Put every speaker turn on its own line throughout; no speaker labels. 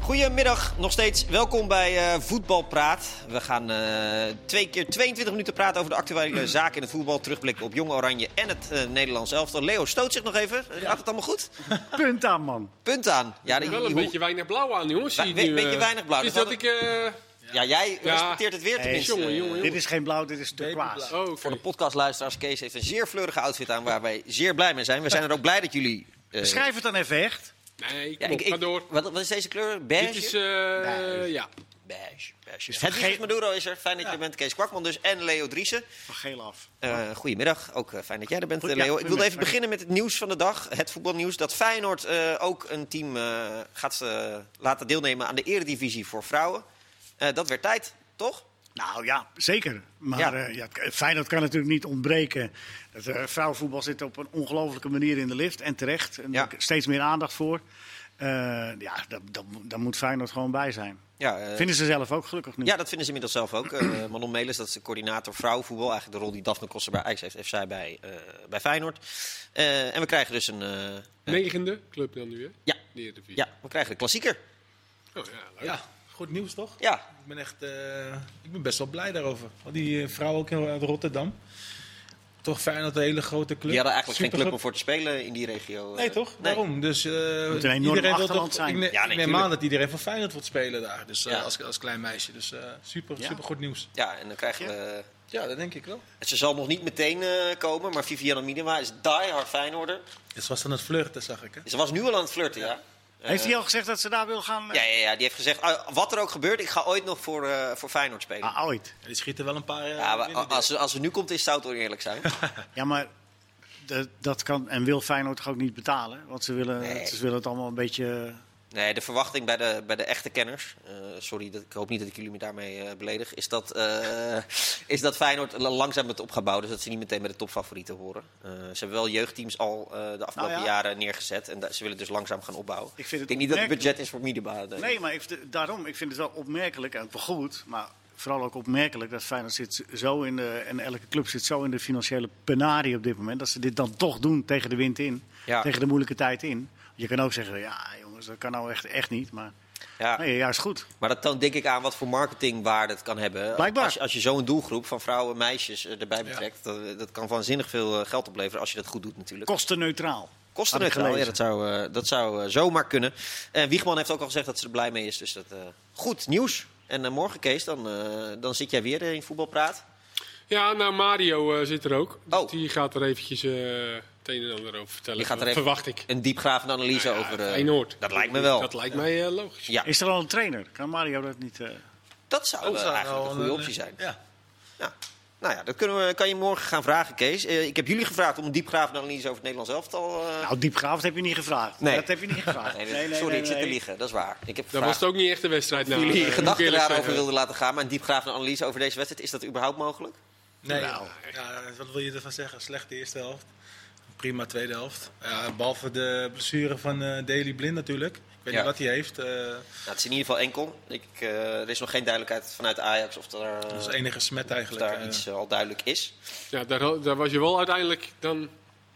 Goedemiddag, nog steeds welkom bij eh, Voetbalpraat. We gaan eh, twee keer 22 minuten praten over de actuele zaken in het voetbal. Terugblikken op Jong Oranje en het eh, Nederlands elftal. Leo stoot zich nog even. Gaat het allemaal goed?
Punt aan, man.
Punt aan. Ja, die-
wel een
die-
beetje weinig blauw aan, jongens.
Wa-
zie ik
we-
nu,
beetje
eh.
weinig blauw.
Het Is
Dat
dat,
had-
ik... eh,
ja, jij
Ja. Eh,
respecteert het weer tenminste.
jongen, jongen,
Dit
jongen.
is geen blauw, dit is turquoise.
Oh, oké.
eh, Voor de podcastluisteraars, Kees heeft een zeer fleurige outfit aan waar wij zeer blij mee zijn. We zijn er ook blij dat jullie... eh,
Schrijf het dan even echt.
Nee,
ja,
kom,
ik, ik-
ga door.
Wat, wat is deze kleur?
Dit
Beige?
is... eh, ja.
Beige, beige. Het Hedwig
geen-
Maduro is er. Fijn dat je er bent, Kees Kwakman dus. En Leo Driessen.
Van geel af.
Eh, goedemiddag, ook eh, fijn dat jij er bent,
Goed,
eh,
ja,
Leo. ik wilde
goedemiddag.
even beginnen met het nieuws van de dag, het voetbalnieuws. Dat Feyenoord eh, ook een team eh, gaat eh, laten deelnemen aan de eredivisie voor vrouwen. Eh, dat werd tijd, toch?
Nou ja, zeker. Maar
Ja.
ja. ja, het- Feyenoord kan natuurlijk niet ontbreken. Dat, eh, vrouwenvoetbal zit op een ongelofelijke manier in de lift. En terecht. En
Ja.
er is steeds meer aandacht voor. Eh, ja, daar dat, dat moet Feyenoord gewoon bij zijn.
Ja, eh,
Vinden ze zelf ook gelukkig nu.
ja, dat vinden ze inmiddels zelf ook. Eh Manon Melis, dat is de coördinator vrouwenvoetbal. Eigenlijk de rol die Daphne Koster bij Ajax heeft, heeft zij bij, eh, bij Feyenoord. Eh, en we krijgen dus een... eh, eh,
Negende club dan nu, hè?
ja,
De Eredivisie.
ja, we krijgen de klassieker.
Oh, ja, leuk.
Ja, goed nieuws toch?
Ja,
Ik ben echt eh, ik ben best wel blij daarover. Want die eh, vrouw ook heel- uit Rotterdam. Toch fijn dat een hele grote club.
die hadden eigenlijk geen club om
Superclub.
voor te spelen in die regio. eh.
Nee, toch?
Nee.
Daarom. Dus, eh,
moet een enorm
iedereen wil
achterland
toch,
zijn.
Ik, ne-
Ja, nee,
ik neem
tuurlijk.
aan dat iedereen van Feyenoord wil spelen daar. Dus eh,
Ja.
als, als klein meisje. Dus eh, super,
Ja.
super goed nieuws.
Ja, en dan krijgen we...
Ja, dat denk ik wel.
Ze zal nog niet meteen eh, komen, maar Viviana Minima is diehard Feyenoorder. Dus
Dus was dan het flirten, zag ik. Hè?
Ze was nu al aan het flirten, ja.
Heeft hij al gezegd dat ze daar wil gaan? eh?
Ja, ja, ja die heeft gezegd, ah, wat er ook gebeurt, ik ga ooit nog voor, eh, voor Feyenoord spelen.
Ah, ooit.
Ja, die schieten wel een paar. eh,
ja, maar
binnen,
als, ze- als ze nu komt, is het zou het oneerlijk zijn.
Ja, maar dat, dat kan en wil Feyenoord toch ook niet betalen? Want ze willen,
Nee.
ze willen het allemaal een beetje... eh,
Nee, de verwachting bij de, bij de echte kenners, eh, sorry, dat, ik hoop niet dat ik jullie me daarmee eh, beledig, is dat, eh, is dat Feyenoord la- langzaam het op gaat bouwen. Dus dat ze niet meteen bij de topfavorieten horen. Eh, ze hebben wel jeugdteams al eh, de afgelopen
Nou ja.
jaren neergezet en da- ze willen dus langzaam gaan opbouwen.
Ik vind het
denk niet dat het
opmerkelijk.
budget is voor Middenbaan.
Nee, maar ik, vind- daarom, ik vind het wel opmerkelijk en wel goed, maar vooral ook opmerkelijk dat Feyenoord zit zo in de, en elke club zit zo in de financiële penarie op dit moment, dat ze dit dan toch doen tegen de wind in,
Ja.
tegen de moeilijke tijd in. Je kan ook zeggen, ja jongens, dat kan nou echt, echt niet, maar
Ja.
nee, juist goed.
Maar dat toont denk ik aan wat voor marketingwaarde het kan hebben.
Blijkbaar.
Als je, als je zo'n doelgroep van vrouwen en meisjes eh, erbij betrekt, dat, dat kan waanzinnig veel eh, geld opleveren als je dat goed doet natuurlijk.
Kostenneutraal.
Kosten
Had ik
het wel, ja,
gelezen.
dat zou, eh, dat zou eh, zomaar kunnen. En Wiegman heeft ook al gezegd dat ze er blij mee is, dus dat eh, goed nieuws. En eh, morgen, Kees, dan, eh, dan zit jij weer in voetbalpraat.
Ja, nou, Mario eh, zit er ook. Dus
Oh.
Die gaat er eventjes eh, het een en ander over vertellen.
Je gaat er even
Verwacht ik.
een diepgravende analyse over. eh,
Feyenoord.
Dat lijkt me wel.
Dat
Dat,
lijkt mij eh, logisch.
Ja.
Is er al een trainer? Kan Mario dat niet? eh,
zou
Oh,
eh,
zou
eigenlijk
wel
een goede
een,
optie
eh,
zijn.
Ja.
Ja. Nou ja, dat kunnen we, kan je morgen gaan vragen, Kees. Eh, ik heb jullie gevraagd om een diepgravende analyse over het Nederlands elftal. eh,
Nou, diepgraaf heb je niet gevraagd.
Nee.
Dat heb je niet gevraagd.
Nee, dat-
Nee, nee,
sorry,
nee,
ik zit te
nee.
liegen. Dat is waar. Ik heb
Dat
gevraagd
was het ook niet echt een wedstrijd. Nou,
jullie
eh,
gedachten
moet ik eerlijk
daarover
zeggen.
wilden laten gaan. Maar een diepgravende analyse over deze wedstrijd, is dat überhaupt mogelijk?
Nee,
Nou.
ja, wat wil je ervan zeggen? Slechte eerste helft. Prima tweede helft. Ja, behalve de blessure van eh Daily Blind natuurlijk. Ik weet
Ja.
niet wat hij heeft. eh,
Nou, het is in ieder geval enkel. Ik, eh, er is nog geen duidelijkheid vanuit Ajax of daar, eh,
dat is de enige smet
of
eigenlijk.
daar
eh.
iets eh, al duidelijk is.
Ja, daar, daar was je wel uiteindelijk dan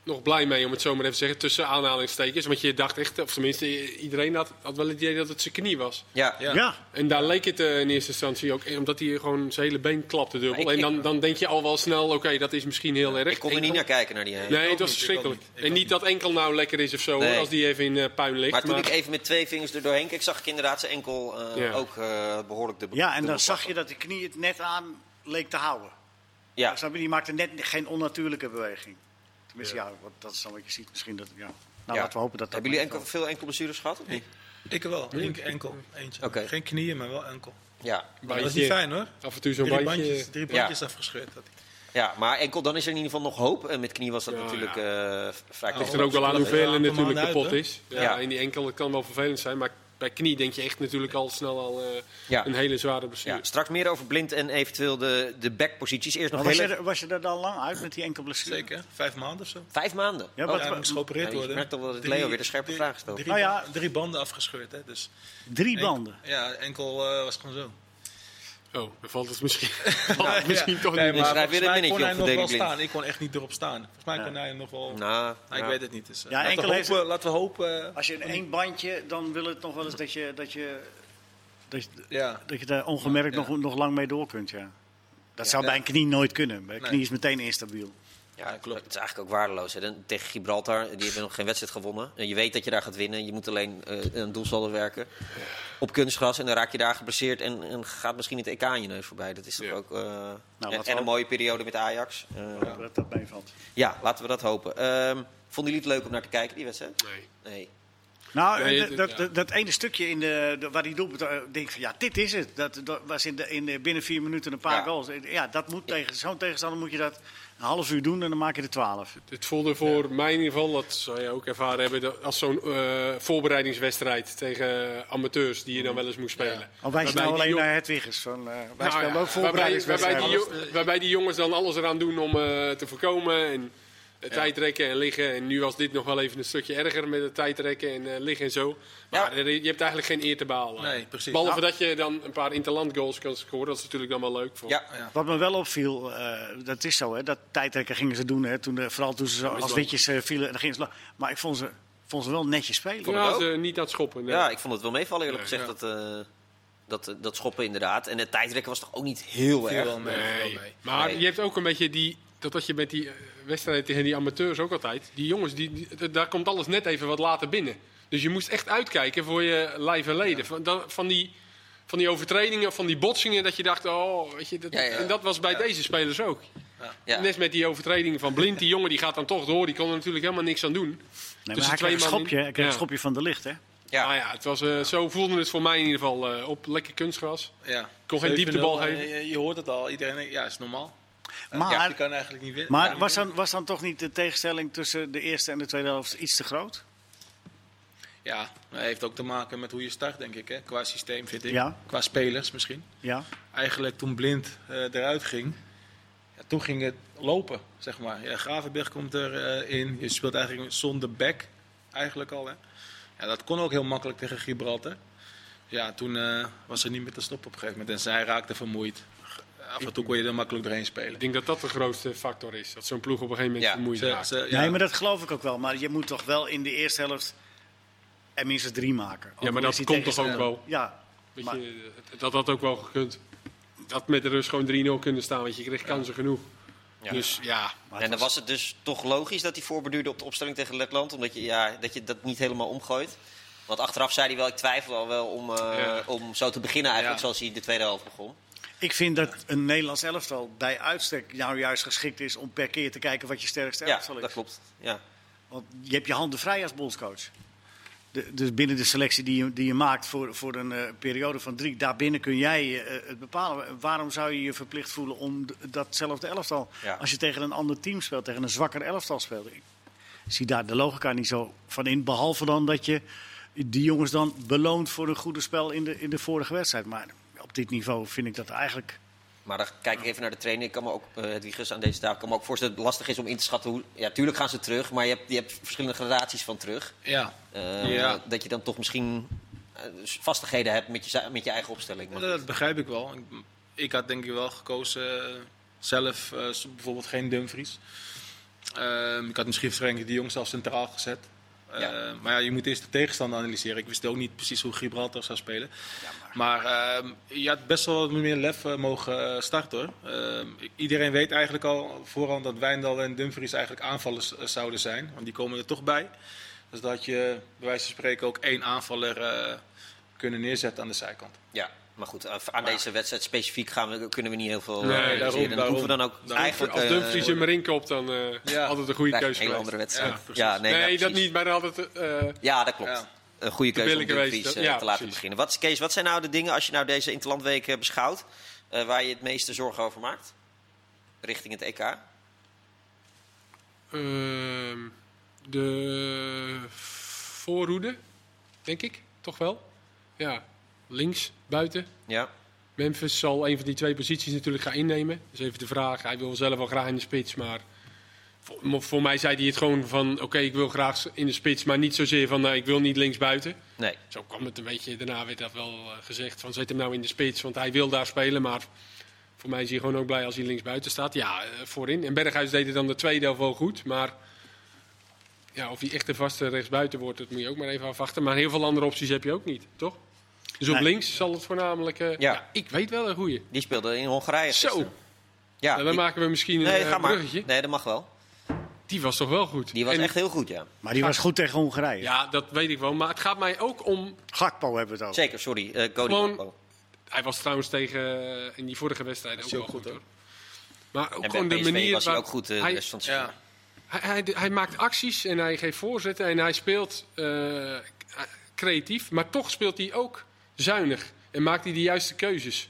nog blij mee, om het zo maar even te zeggen. Tussen aanhalingstekens. Want je dacht echt, of tenminste, i- iedereen had, had wel het idee dat het zijn knie was.
Ja,
Ja.
Ja,
En daar leek het eh, in eerste instantie ook, eh, omdat hij gewoon zijn hele been klapte dubbel.
Ik-
en dan, dan denk je al wel snel, oké, dat is misschien heel erg.
ik kon er niet naar kijken naar die heen.
Nee, het was
niet, ik
verschrikkelijk.
ook niet, ik
En
ook
niet dat enkel nou lekker is of zo, hoor,
Nee.
als die even in eh, puin ligt.
Maar toen
maar-
ik even met twee vingers er doorheen keek, zag ik inderdaad zijn enkel eh,
Ja.
ook eh, behoorlijk dubbel.
ja, en dan
dubbel
zag je
klappen.
dat die knie het net aan leek te houden.
Ja.
Ah, Snap je? Die maakte net geen onnatuurlijke beweging. Tenminste, ja, want dat is dan wat je ziet. Misschien dat, ja. Nou,
Ja.
laten we hopen dat dat...
Hebben jullie enkel,
blijft
veel enkelblessures gehad? Of niet?
Ik wel, Eén keer enkel. Eentje.
eh, Oké.
Geen knieën, maar wel enkel.
Ja.
Maar dat is
bandje.
niet fijn hoor.
Af en toe zo'n
Drie
bandje.
bandjes, drie bandjes afgescheurd. had ik.
ja, maar enkel, dan is er in ieder geval nog hoop. En met knie was dat
Ja,
natuurlijk eh, vrij
ligt
kort.
er ook wel aan
Ja,
hoeveel
een
er
aantal
natuurlijk
maanden
kapot
uit, hè?
is. Ja,
Ja.
En die enkel dat kan wel vervelend zijn, maar bij knie denk je echt natuurlijk al snel al eh,
Ja.
een hele zware blessure.
Ja, straks meer over blind en eventueel de, de backposities. Eerst nog
wel. Maar was,
heel
je
even-
er, was je er dan lang uit met die enkel blessure?
Zeker, vijf maanden of zo.
Vijf maanden.
Ja,
Oh,
wat-
Ja, hij moest geopereerd
Ja, je
worden.
merkt toch wel dat
Drie-
Leo weer de scherpe
drie-
vraag stelt.
Drie,
Oh
Nou ja.
ba- drie banden afgescheurd, hè? Dus
Drie
enkel-
banden.
Ja, enkel eh, was gewoon zo.
Oh, dan valt het misschien, valt het misschien toch
Nee,
niet.
maar
schrijf
volgens
weer een
mij
minnetje
kon
op
hij
voor Daley
nog wel
Blind.
staan. Ik kon echt niet erop staan. Volgens mij kon hij hem nog wel.
Nou,
Nou, ik
ja.
weet het niet. Dus, eh,
Ja,
laten,
enkel
we
heeft-
hopen, laten we hopen. eh,
Als je in één bandje, dan wil het nog wel eens dat je, dat je Dat je,
Ja.
dat je daar ongemerkt
Ja.
Nog, nog lang mee door kunt, ja. Dat zou
Ja.
bij een knie nooit kunnen. Bij een
Nee.
knie is meteen instabiel.
Ja,
Ja, klopt.
Het is eigenlijk ook waardeloos. Hè? Dan- Tegen Gibraltar, die hebben nog geen wedstrijd gewonnen. En je weet dat je daar gaat winnen. Je moet alleen eh een doelsaldo werken. Op kunstgras. En dan raak je daar geblesseerd. En, en gaat misschien het EK aan je neus voorbij. Dat is toch
Ja.
ook... eh, en-
laten we
en een
hopen.
mooie periode met Ajax. Eh, ja.
Dat dat meevalt.
laten we dat hopen. Ehm, vonden jullie het leuk om naar te kijken, die wedstrijd?
Nee.
Nee.
Nou,
Nee,
eh,
dit-
dat,
ja.
dat, dat ene stukje in de, de- waar die doelpunt, eh, denk ik van ja, dit is het. Dat, dat was in de, in de, binnen vier minuten een paar
Ja.
goals. Eh, Ja, dat moet tegen zo'n tegenstander moet je dat een half uur doen en dan maak je er twaalf.
Het voelde voor mij in ieder geval, dat zou je ook ervaren hebben, dat als zo'n eh, voorbereidingswedstrijd tegen amateurs die je dan wel eens moest spelen.
Oh, wij
Waarbij
staan
die
alleen
jong-
naar Hedwiggers. Van, eh, wij
Nou
spelen
ja,
ook
waarbij, waarbij, die,
voorbereidingswedstrijden.
jo- waarbij die jongens dan alles eraan doen om eh, te voorkomen en het tijdrekken en liggen. En nu was dit nog wel even een stukje erger met het tijdrekken en eh, liggen en zo. Maar er- je hebt eigenlijk geen eer te behalen.
Nee, precies.
Behalve
Nou-
dat je dan een paar interland goals kan scoren, dat is natuurlijk dan wel leuk voor.
Ja.
Wat me wel opviel, eh, dat is zo, hè, dat tijdrekken gingen ze doen. Hè, toen, eh, vooral toen ze zo als
lang.
witjes eh, vielen. Dan gingen ze lang. maar ik vond ze, vond ze wel netjes spelen.
Toen
het
waren
ook.
ze niet aan het schoppen. nee.
Ja, ik vond het wel meevallen eerlijk
Nee,
gezegd. Dat, eh, dat, eh, dat schoppen inderdaad. En het tijdrekken was toch ook niet heel
Viel
erg.
wel mee. viel
Nee,
wel mee.
maar
Nee.
je hebt ook een beetje die. Dat had je met die eh, wedstrijden tegen die amateurs ook altijd. Die jongens, die, die- daar komt alles net even wat later binnen. Dus je moest echt uitkijken voor je lijf en leden. Van, dan- van, die, van die overtredingen, van die botsingen, dat je dacht, oh, weet je, dat,
Ja, ja.
en dat was bij deze spelers ook.
Ja.
Net met die overtreding van Blind, die jongen die gaat dan toch door, die kon er natuurlijk helemaal niks aan doen.
Nee, maar
Tussen
hij
twee
kreeg een
man in-
schopje, hij kreeg een
Ja.
schopje van de licht. Hè.
Ah, Ja.
Maar ja, het was, eh, zo voelde het voor mij in ieder geval eh, op. Lekker kunstgras.
Ja.
Kon geen
7-0,
dieptebal
eh,
geven.
Je, je hoort het al. Iedereen denkt, ja, is normaal.
Maar,
Ja, je kan eigenlijk niet winnen.
maar was, dan, was dan toch niet de tegenstelling tussen de eerste en de tweede helft iets te groot?
Ja, maar het heeft ook te maken met hoe je start, denk ik. Hè? Qua systeem, vind ik.
Ja.
Qua spelers misschien.
Ja.
Eigenlijk toen Blind eh, eruit ging, ja, toen ging het lopen, zeg maar. Ja, Gravenberg komt erin. in. je speelt eigenlijk zonder back, eigenlijk al. Hè? Ja, dat kon ook heel makkelijk tegen Gibraltar. Ja, toen eh, was er niet meer te stoppen op een gegeven moment. En zij raakte vermoeid. Af en toe kon je er makkelijk doorheen
Ik
spelen.
denk dat dat de grootste factor is. Dat zo'n ploeg op een gegeven moment
Ja.
vermoeid
Ze-
raakt.
ze- ja.
Nee, maar dat geloof ik ook wel. Maar je moet toch wel in de eerste helft er minstens drie maken. Ook
Ja,
al
maar
is
dat
die
komt toch ook
tegenstander-
wel.
Ja,
Weet je, dat had ook wel gekund. Dat met de rust gewoon 3-0 kunnen staan, want je kreeg kansen genoeg.
Ja.
Dus ja,
en
maar het
dan
was-
was het dus toch logisch dat hij voorbeduurde op de opstelling tegen Letland. Omdat je, ja, dat, je dat niet helemaal omgooit. Want achteraf zei hij wel, ik twijfel al wel om, eh,
Ja.
om zo te beginnen eigenlijk
Ja.
zoals hij de tweede helft begon.
Ik vind dat een Nederlands elftal bij uitstek nou juist geschikt is om per keer te kijken wat je sterkste
Ja,
elftal is.
dat klopt. Ja.
Want je hebt je handen vrij als bondscoach. De- dus binnen de selectie die je, die je maakt voor, voor een eh, periode van drie, daarbinnen kun jij eh, het bepalen. Waarom zou je je verplicht voelen om d- datzelfde elftal?
Ja.
Als je tegen een ander team speelt, tegen een zwakker elftal speelt. Ik zie daar de logica niet zo van in. Behalve dan dat je die jongens dan beloont voor een goede spel in de, in de vorige wedstrijd. Maar op dit niveau vind ik dat eigenlijk.
Maar dan kijk ik even naar de trainer. Ik kan me ook, eh, het Wiegers aan deze tafel, ik kan me ook voorstellen dat het lastig is om in te schatten hoe... Ja, tuurlijk gaan ze terug, maar je hebt, je hebt verschillende gradaties van terug.
ja.
Eh,
Ja.
Dat je dan toch misschien eh, vastigheden hebt met je, za- met je eigen opstelling. Maar
Ja, dat begrijp ik wel. Ik, ik had denk ik wel gekozen eh, zelf eh, s- bijvoorbeeld geen Dumfries. Ehm, ik had misschien Frenkie de Jong zelf centraal gezet. Eh,
Ja.
Maar ja, je moet eerst de tegenstander analyseren. Ik wist ook niet precies hoe Gibraltar zou spelen. maar ehm, je had best wel wat meer lef eh, mogen eh, starten. Hoor. Ehm, i- iedereen weet eigenlijk al voorhand dat Wijndal en Dumfries eigenlijk aanvallers eh, zouden zijn. Want die komen er toch bij. Dus dat je bij wijze van spreken ook één aanvaller eh, kunnen neerzetten aan de zijkant.
Ja, maar goed, aan aan deze wedstrijd specifiek gaan we, kunnen we niet heel veel.
Nee,
eh,
daarom,
analyseren. dat
daarom.
hoeven we dan ook
Daarom.
eigenlijk.
als
eh,
Dumfries hem erin koopt, dan eh,
Ja.
altijd een goede
krijg je
keuze
een hele
geweest.
andere wedstrijd.
Ja,
Ja,
precies.
nee,
Nee,
ja,
dat
precies.
niet, maar altijd... eh,
Ja, dat klopt.
Ja.
Een goede keuze om
billen geweest,
Dumfries eh,
ja,
te laten
precies.
beginnen. Wat, is- Kees, wat zijn nou de dingen als je nou deze Interlandweek eh, beschouwt... eh, waar je het meeste zorgen over maakt? Richting het EK?
Ehm, de voorhoede, denk ik, toch wel. Ja, links, buiten.
Ja,
Memphis zal een van die twee posities natuurlijk gaan innemen. Dus even de vraag, hij wil zelf wel graag in de spits, maar voor, maar voor mij zei hij het gewoon van... oké, ik wil graag in de spits, maar niet zozeer van nou, ik wil niet links buiten.
nee.
Zo kwam het een beetje, daarna werd dat wel eh, gezegd van zet hem nou in de spits, want hij wil daar spelen. Maar voor mij is hij gewoon ook blij als hij links buiten staat. Ja, eh, voorin. En Berghuis deed het dan de tweede helft wel goed, maar... Ja, of hij echt een vaste rechtsbuiten wordt, dat moet je ook maar even afwachten. Maar heel veel andere opties heb je ook niet, toch? Dus op
Nee.
links zal het voornamelijk... eh,
Ja.
ja, ik weet wel een goeie.
Die speelde in Hongarije.
Zo, nou,
gisteren. Ja,
dan
die-
maken we misschien een
nee,
eh,
ga maar.
bruggetje.
Nee, dat mag wel.
Die was toch wel goed?
Die was
En-
echt heel goed, ja.
Maar die was goed tegen Hongarije.
Ja, dat weet ik wel. Maar het gaat mij ook om...
Gakpo hebben we het over.
Zeker, sorry. eh Cody
Gewoon-
Gakpo.
Hij was trouwens tegen eh, in die vorige wedstrijd ook
hij
wel
ook
goed,
goed,
hoor. Maar ook
En
gewoon
bij
de
PSV
manier
was hij
waar-
ook goed eh, de
hij,
rest van het seizoen.
Ja.
hij, hij, hij maakt acties en hij geeft voorzetten en hij speelt eh, creatief. Maar toch speelt hij ook zuinig en maakt hij de juiste keuzes.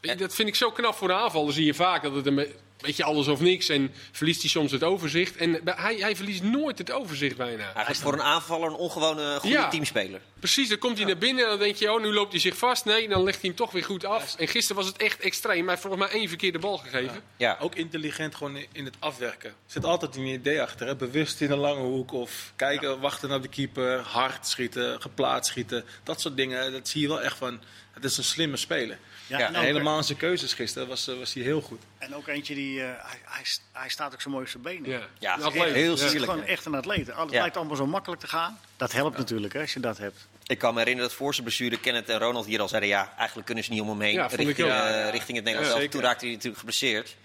En-
Dat vind ik zo knap voor de aanval. Dan zie je vaak dat het een be- beetje alles of niks en verliest hij soms het overzicht. En bij- hij, hij verliest nooit het overzicht bijna.
Hij is voor een aanvaller een ongewone eh, goede
Ja.
teamspeler.
Precies, dan komt hij naar binnen en dan denk je, oh, nu loopt hij zich vast. Nee, dan legt hij hem toch weer goed af. En gisteren was het echt extreem. Hij heeft volgens mij één verkeerde bal gegeven.
Ja.
Ook intelligent gewoon in het afwerken. Er zit altijd een idee achter. Hè? Bewust in een lange hoek of kijken, wachten naar de keeper, hard schieten, geplaatst schieten. Dat soort dingen, dat zie je wel echt van. Het is een slimme speler.
Ja,
Ja,
nou,
en
En
ook-
helemaal in zijn keuzes gisteren was, eh, was hij heel goed.
En ook eentje die. eh, hij, hij, hij staat ook zo mooi op zijn benen.
Ja,
Ja,
Een
heel
atleet.
slim.
Het is
Tuurlijk,
gewoon
ja.
echt een atleet. Het
Ja.
lijkt allemaal zo makkelijk te gaan. Dat helpt natuurlijk hè, als je dat hebt.
Ik kan me herinneren dat voor zijn blessure Kenneth en Ronald hier al zeiden... ja, eigenlijk kunnen ze niet om hem heen
Ja, vond ik
richting,
ook.
eh,
Ja, ja.
richting het Nederlands
Ja,
zelf.
zeker.
Toen raakte hij natuurlijk geblesseerd.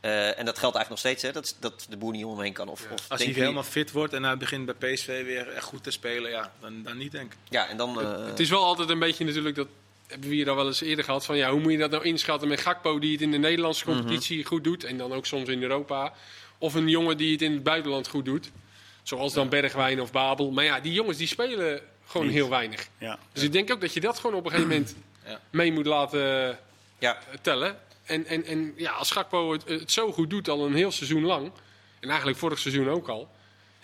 Eh, en dat geldt eigenlijk nog steeds, hè, dat, dat de boer niet om hem heen kan. Of, of
Als hij
denk je-
helemaal fit wordt en hij begint bij PSV weer echt goed te spelen, ja, dan, dan niet denk ik.
Ja, en dan... eh,
Het is wel altijd een beetje natuurlijk, dat hebben we hier al wel eens eerder gehad. Van ja, hoe moet je dat nou inschatten met Gakpo die het in de Nederlandse competitie goed doet. En dan ook soms in Europa. Of een jongen die het in het buitenland goed doet. Zoals dan Bergwijn of Babel. Maar ja, die jongens die spelen gewoon
Niet.
heel weinig.
Ja.
Dus ik denk ook dat je dat gewoon op een gegeven moment
Ja.
mee moet laten...
ja,
tellen. En, en, en ja, als Gakpo het, het zo goed doet al een heel seizoen lang. En eigenlijk vorig seizoen ook al.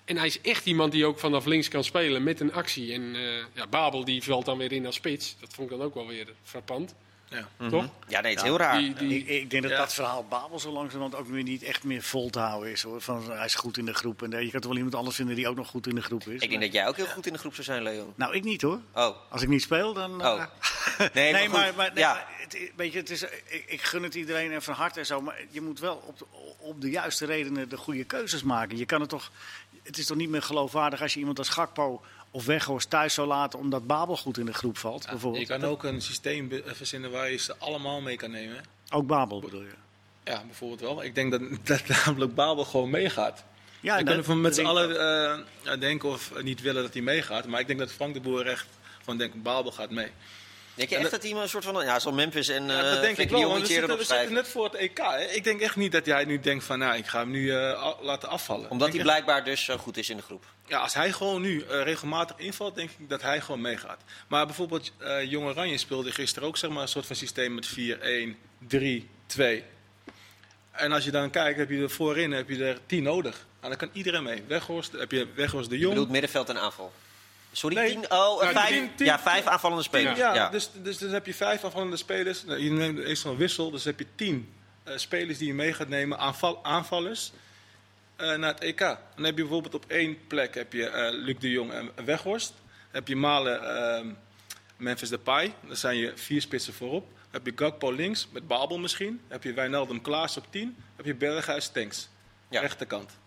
En hij is echt iemand die ook vanaf links kan spelen met een actie. En eh, ja, Babel die valt dan weer in als spits. Dat vond ik dan ook wel weer frappant.
Ja.
Toch?
ja, nee, het is heel raar.
Die, die,
Ik, ik denk dat
Ja.
dat verhaal Babel zo langzamerhand ook weer niet echt meer vol te houden is. Hoor. Van, hij is goed in de groep. En eh, je kan toch wel iemand anders vinden die ook nog goed in de groep is.
Ik denk dat jij ook heel goed in de groep zou zijn, Leon.
Nou, ik niet hoor.
Oh,
Als ik niet speel, dan... eh,
Oh. nee, maar, goed.
nee,
ja.
maar het, weet je, het is, ik, ik gun het iedereen en van harte en zo. Maar je moet wel op de, op de juiste redenen de goede keuzes maken. Je kan het toch... Het is toch niet meer geloofwaardig als je iemand als Gakpo of Weghorst thuis zou laten... omdat Babel goed in de groep valt,
Je
bijvoorbeeld.
kan ook een systeem be- eh, verzinnen waar je ze allemaal mee kan nemen.
Ook Babel bedoel je?
Ja, bijvoorbeeld wel. Ik denk dat, dat namelijk Babel gewoon meegaat.
Ja,
Ik
dat-
kan ervan met z'n
dat
allen eh, denken of niet willen dat hij meegaat. Maar ik denk dat Frank de Boer echt van denkt, Babel gaat mee.
Eh, Denk je
En
echt dat hij een soort van... Ja, zo'n Memphis en eh
Ja, dat denk
Frenkie
ik
de
wel,
Jong
want we
iets eerder
zitten,
op
we zitten
schrijven.
net voor het EK. hè. Ik denk echt niet dat jij nu denkt van, nou, ik ga hem nu eh, a- laten afvallen.
Omdat
Ik
hij
denk
blijkbaar dus zo goed is in de groep.
echt- ja, als hij gewoon nu eh, regelmatig invalt, denk ik dat hij gewoon meegaat. Maar bijvoorbeeld eh Jong Oranje speelde gisteren ook zeg maar, een soort van systeem met 4-1, 3-2. En als je dan kijkt, heb je er voorin heb je er 10 nodig. En dan kan iedereen mee. Weghorst, heb je Weghorst de
Je
Jong.
bedoelt middenveld en aanval. Sorry,
Nee.
tien, oh, eh,
Ja,
vijf,
tien, tien,
ja, vijf aanvallende spelers.
Ja,
Ja,
Dus, dus dan heb je vijf aanvallende spelers. Nou, Je neemt eerst zo'n wissel, dus heb je tien eh, spelers die je mee gaat nemen, aanval, aanvallers, eh, naar het EK. Dan heb je bijvoorbeeld op één plek heb je eh, Luc de Jong en Weghorst. heb je Malen, ehm, Memphis Depay. Dan zijn je vier spitsen voorop. heb je Gakpo links, met Babel misschien. heb je Wijnaldum Klaas op tien. heb je Berghuis Tanks,
Ja.
rechterkant.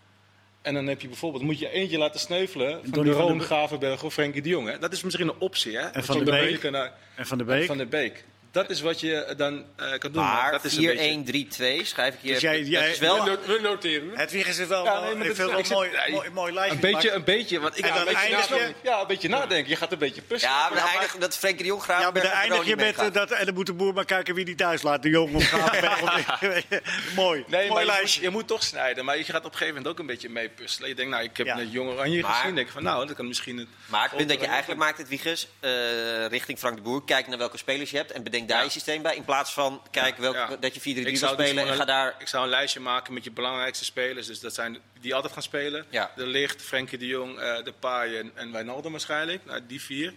En dan heb je bijvoorbeeld, moet je eentje laten sneuvelen van
Donny
de
van
Roon,
de-
Gravenberg of Frenkie de Jong. Hè? Dat is misschien een optie, hè? Want
Van
zo'n
de
Depay
Beek.
kan naar-
En Van de Beek.
van de Beek. Dat is wat je dan eh, kan doen.
Maar
dat is
4-1-3-2
een beetje-
schrijf ik hier.
Dus jij- jij-
dat is wel...
Ja.
no- we noteren. het.
Hedwig is er wel,
Ja,
ja,
nee, maar dat is-
veel wel
ik
een
zit-
mooi,
nee.
mooi, mooi lijstje
Een beetje,
gemaakt.
een beetje. Want ik
En
ja,
dan
een beetje
eindig
nadenken.
je-
Ja, een beetje nadenken. Je gaat een beetje puzzelen.
Ja,
Ja,
maar dan eindig, dat Frenkie de Jong graag...
Ja, maar dan eindig je met eh, dat... En dan moet de boer maar kijken wie die thuis laat. De jongen of Gravenberg of- Weet je, Mooi.
Nee, maar
mooi
je moet,
lijstje.
je moet toch snijden. Maar je gaat op een gegeven moment ook een beetje mee puzzelen. Je denkt, nou, ik heb
Ja.
net Jong Oranje
Maar-
gezien. denk ik van, nou, dat kan misschien... Het
Maar het punt dat je
grotere-
eigenlijk maakt, het Wiegers, eh, richting Frank de Boer... kijk naar welke spelers je hebt en bedenk daar
Ja.
je systeem bij... in plaats van kijk welke,
Ja.
dat je 4-3-3
Ik
wil
zou dus
spelen en
gewoon
ga
een-
daar...
Ik zou een lijstje maken met je belangrijkste spelers. Dus dat zijn die altijd gaan spelen.
Ja.
De Licht, Frenkie de Jong, eh De Paai en, en Wijnaldum waarschijnlijk. Nou, die vier.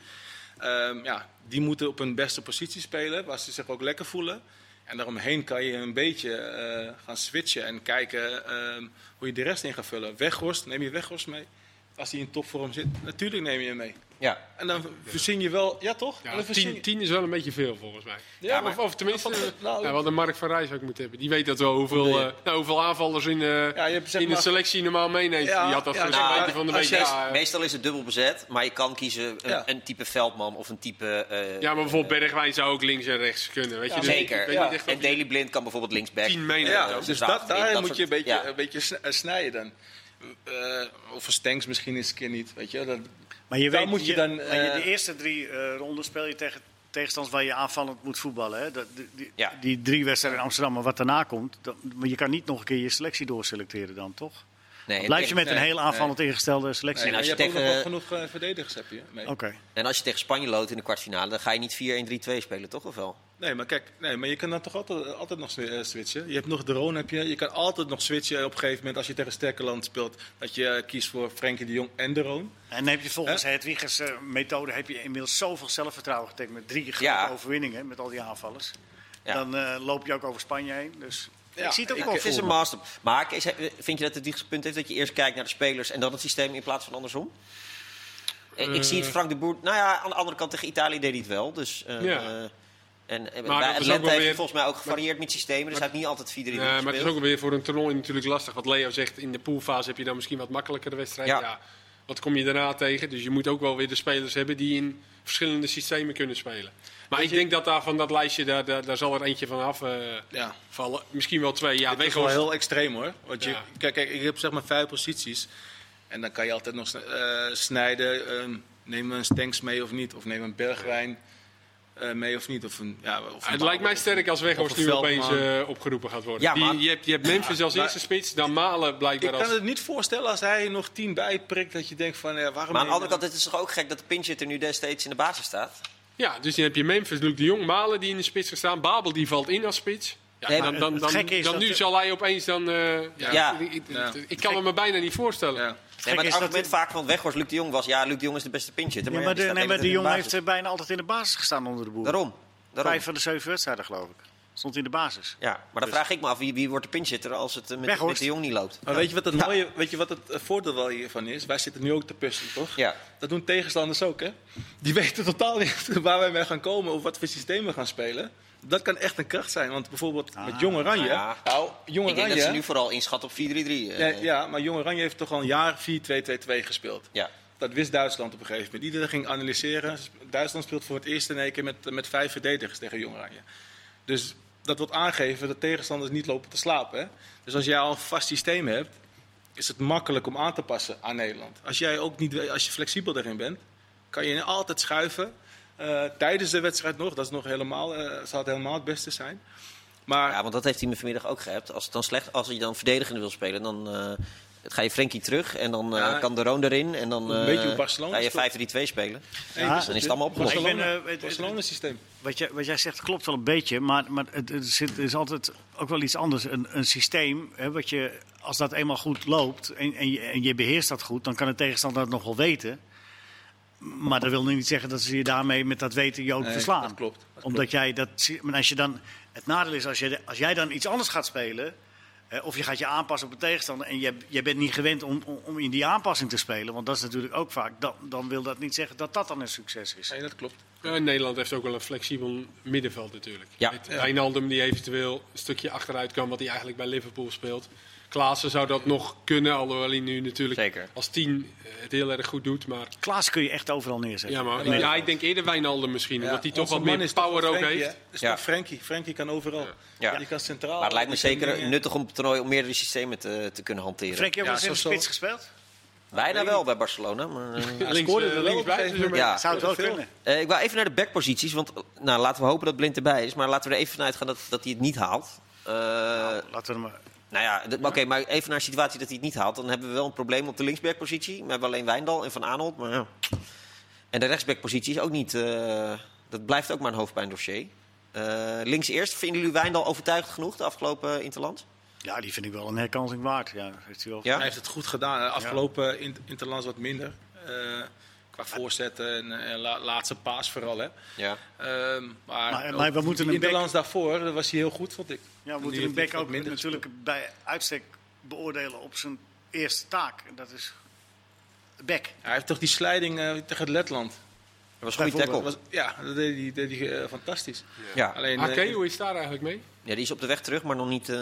Ehm, ja, die moeten op hun beste positie spelen, waar ze zich ook lekker voelen. En daaromheen kan je een beetje eh, gaan switchen en kijken ehm, hoe je de rest in gaat vullen. Weghorst, neem je Weghorst mee? als hij in topvorm zit, natuurlijk neem je hem mee.
Ja.
En dan verzin je wel, ja toch? En
Ja,
dan verzin
tien,
je-
tien is wel een beetje veel volgens mij.
Ja,
Ja,
maar-
of, of tenminste,
Nou,
eh,
nou,
ja, wat een Mark van Rijs ook moet hebben. Die weet dat wel hoeveel,
bedoel je?
eh, nou, hoeveel aanvallers in, eh,
Ja, je hebt, zeg
in de
maar-
selectie normaal meeneemt.
Ja,
die had dat
ja,
ja, een
nou,
beetje van de
als
week.
jij-
Ja, eh,
Meestal is het dubbel bezet, maar je kan kiezen een,
Ja.
een type veldman of een type. eh,
ja, maar bijvoorbeeld Bergwijn zou ook links en rechts kunnen. Weet je? Dus
Zeker.
Ik weet
Ja.
niet echt of
En
je
Daily Blind kan bijvoorbeeld linksback. eh,
tien meeneemt.
Ja,
Ja,
dus
zaterdag
dat,
in,
daar
dat
moet
soort-
je een beetje,
ja.
een beetje sn- eh, snijden dan. Eh, of een Stanks misschien eens een keer niet. Weet je, wel. dat,
Maar je
Daar
weet,
moet je
je,
dan,
maar je- de
eh,
eerste drie eh, ronden speel je tegen tegenstanders waar je aanvallend moet voetballen. Hè? Dat, die, die,
Ja.
die drie wedstrijden in Amsterdam, maar wat daarna komt. Dat, maar je kan niet nog een keer je selectie doorselecteren dan, toch?
Nee, en,
Blijf je met een
nee,
heel aanvallend ingestelde selectie.
Nee,
als
je
je
hebt ook nog
tegen-
wel genoeg eh, verdedigers heb je. Nee.
Oké.
en als je tegen Spanje loopt in de kwartfinale, dan ga je niet 4-1-3-2 spelen, toch? Of wel?
Nee, maar kijk, nee, maar je kan dan toch altijd, altijd nog swi- eh, switchen. Je hebt nog Drone, heb je. Je kan altijd nog switchen op een gegeven moment als je tegen sterke land speelt. Dat je eh, kiest voor Frenkie de Jong en Drone.
En dan heb je volgens Hedwiges eh, methode heb je inmiddels zoveel zelfvertrouwen getekend met drie grote
Ja.
overwinningen met al die aanvallers.
Ja.
Dan eh, loop je ook over Spanje heen. Dus
Ja,
ik zie het ook
ik-
wel
het is
voor
een
me.
master. Maar Kees, he- vind je dat het dichtste punt heeft dat je eerst kijkt naar de spelers en dan het systeem in plaats van andersom? Eh, ik zie het Frank de Boer. Nou ja, aan de andere kant tegen Italië deed hij het wel. Dus, eh,
Ja.
eh, en eh,
Maar
bij
dat is ook
Atlanta
wel
heeft hij
weer-
volgens mij ook gevarieerd met systemen. Dus hij heeft niet altijd 4-3
Nee, Eh, maar het is
gespeeld.
ook weer voor een toernooi natuurlijk lastig. Wat Leo zegt, in de poolfase heb je dan misschien wat makkelijkere wedstrijden.
Ja.
Ja. Wat kom je daarna tegen? Dus je moet ook wel weer de spelers hebben die in verschillende systemen kunnen spelen. Maar ik denk dat daar van dat lijstje, daar, daar, daar zal er eentje van afvallen.
Ja.
Misschien wel twee. Ja,
Dat is wel
Weghorst.
heel extreem hoor. Want je,
Ja.
kijk, kijk, ik heb zeg maar vijf posities. En dan kan je altijd nog sn- eh, snijden. ehm, neem een Stanks mee of niet. Of neem een Bergwijn eh, mee of niet. Of een, ja, of een
Het lijkt mij
Bauer.
sterk als
Of
Weghorst
een
nu opeens
Veldman.
eh, opgeroepen gaat worden.
Ja,
Die-
maar-
je, hebt, je hebt Memphis als
maar-
eerste spits, dan Malen
Ik
blijkbaar
kan
als...
het niet voorstellen als hij er nog tien bij prikt. Dat je denkt van, eh, waarom...
Maar aan de
neem je
andere kant, het is toch ook gek dat de pinchhitter nu destijds in de basis staat?
Ja, dus dan heb je Memphis, Luc de Jong, Malen die in de spits gaat staan. Babel die valt in als spits. Ja,
Nee,
dan
maar
dan,
het
dan,
gekke is
dan
dat
nu
de-
zal hij opeens dan... eh, ja,
Ja.
Ik, ik-
Ja.
ik kan me me bijna niet voorstellen.
Ja.
Nee, maar
is
het
dat-
argument vaak van Weghorst, Luc de Jong was... Ja, Luc de Jong is de beste pinchhitter.
Ja, maar de,
die staat
nee, maar de
hele tijd
jong
in
heeft eh, bijna altijd in de basis gestaan onder de boer.
basis. Daarom. Daarom.
Vijf Dus- van de zeven wedstrijden, geloof ik. Stond in de basis.
Ja, maar dan vraag ik me af, wie, wie wordt de pinchhitter als het eh, met,
Weghorst.
met de Jong niet loopt?
Maar weet je wat het
Nou.
mooie, weet je wat het eh, voordeel wel hiervan is? Wij zitten nu ook te puzzelen, toch?
Ja.
Dat doen tegenstanders ook, hè? Die weten totaal niet waar wij mee gaan komen of wat voor systemen we gaan spelen. Dat kan echt een kracht zijn, want bijvoorbeeld met Jong Oranje.
Ah, Ja.
Nou, Jong
Ik denk dat
Oranje.
ze nu vooral inschat op 4-3-3. eh.
ja, ja, maar Jong Oranje heeft toch al een jaar 4-2-2-2 gespeeld.
ja.
Dat wist Duitsland op een gegeven moment. Iedereen ging analyseren. Duitsland speelt voor het eerst in één keer met, met vijf verdedigers tegen Jong Oranje. Dus dat wil aangeven dat tegenstanders niet lopen te slapen. Hè? Dus als jij al een vast systeem hebt, is het makkelijk om aan te passen aan Nederland. Als jij ook niet, weet- als je flexibel daarin bent, kan je altijd schuiven. eh, tijdens de wedstrijd nog, dat is nog helemaal, eh, zou het helemaal het beste zijn. Maar
Ja, want dat heeft hij me vanmiddag ook gehad. Als, het dan slecht, als hij dan verdedigende wil spelen, dan eh, ga je Frenkie terug en dan eh,
Ja.
kan de Roon erin. En dan
Een
eh,
beetje hoe Barcelona
ga je 5-3-2 spelen.
hey,
Ja,
dus
dan is het allemaal opgelost.
Barcelona-
Ik ben, eh, weet-
Barcelona systeem.
Wat jij, wat jij zegt klopt wel een beetje, maar, maar het, het zit, is altijd ook wel iets anders. Een, een systeem, hè, wat je, als dat eenmaal goed loopt en, en, je, en je beheerst dat goed, dan kan de tegenstander dat nog wel weten. Maar dat wil nu niet zeggen dat ze je daarmee met dat weten je ook
Nee,
verslaan.
dat klopt, dat
Omdat jij dat. zie- Maar als je dan, het nadeel is, als, je, de- als jij dan iets anders gaat spelen. hè, of je gaat je aanpassen op een tegenstander. en je, je bent niet gewend om, om, om in die aanpassing te spelen. want dat is natuurlijk ook vaak. dan, dan wil dat niet zeggen dat dat dan een succes is.
Nee, dat klopt.
Eh, Nederland heeft ook wel een flexibel middenveld natuurlijk.
Ja.
Met Wijnaldum die eventueel een stukje achteruit kan, wat hij eigenlijk bij Liverpool speelt. Klaassen zou dat nog kunnen, alhoewel hij nu natuurlijk
Zeker.
als tien eh, het heel erg goed doet. Maar,
Klaas kun je echt overal neerzetten.
ja, maar
Ja.
ja, ik denk eerder Wijnaldum misschien, omdat hij toch
onze
wat
man
meer
is toch
power ook
Frenkie,
heeft.
hè? Dat is
Ja.
toch Frenkie. Frenkie kan overal.
Ja.
Die kan centraal.
Maar het lijkt me
Die kan
zeker
dingen.
nuttig om op het toernooi om meerdere systemen te, te kunnen hanteren.
Frenkie heeft
Ja,
wel eens in de
zo- zo-
spits gespeeld.
Bijna wel bij Barcelona. Maar, eh,
Hij
Links,
scoorde
eh,
er wel
links
op een
buiten,
gegeven
ja.
moment.
Zou het wel
Veel.
kunnen.
Eh, ik wil even naar de backposities, want eh, nou, laten we hopen dat Blind erbij is. Maar laten we er even vanuit gaan dat, dat hij het niet haalt. Eh,
Laten we hem,
nou ja, d- oké, maar even naar de situatie dat hij het niet haalt. Dan hebben we wel een probleem op de linksbackpositie. We hebben alleen Wijndal en Van Aanholt. Maar, ja. En de rechtsbackpositie is ook niet... eh, dat blijft ook maar een hoofdpijndossier. Eh, links eerst, vinden jullie Wijndal overtuigd genoeg de afgelopen eh, Interland?
ja, die vind ik wel een herkansing waard. Ja, heeft hij wel.
Ja?
Hij heeft het goed gedaan. Eh, Afgelopen in interlands wat minder. Eh, qua voorzetten en, eh, en la- laatste paas vooral. Hè.
Ja.
Ehm, maar
Maar-
ook
maar we moeten
die
een back-
interlands daarvoor eh, was hij heel goed, vond ik.
Ja, we
Die
moeten een
heeft
back
wat
ook
minder
natuurlijk bij uitstek beoordelen op zijn eerste taak. En dat is Bek.
Hij heeft toch die slijding eh, tegen het Letland.
Dat was een goede tackle.
Dat was, ja, dat deed hij, deed hij eh, fantastisch.
Ja.
Alleen, eh,
Ake, hoe is het daar eigenlijk mee?
ja, die is op de weg terug, maar nog niet, eh,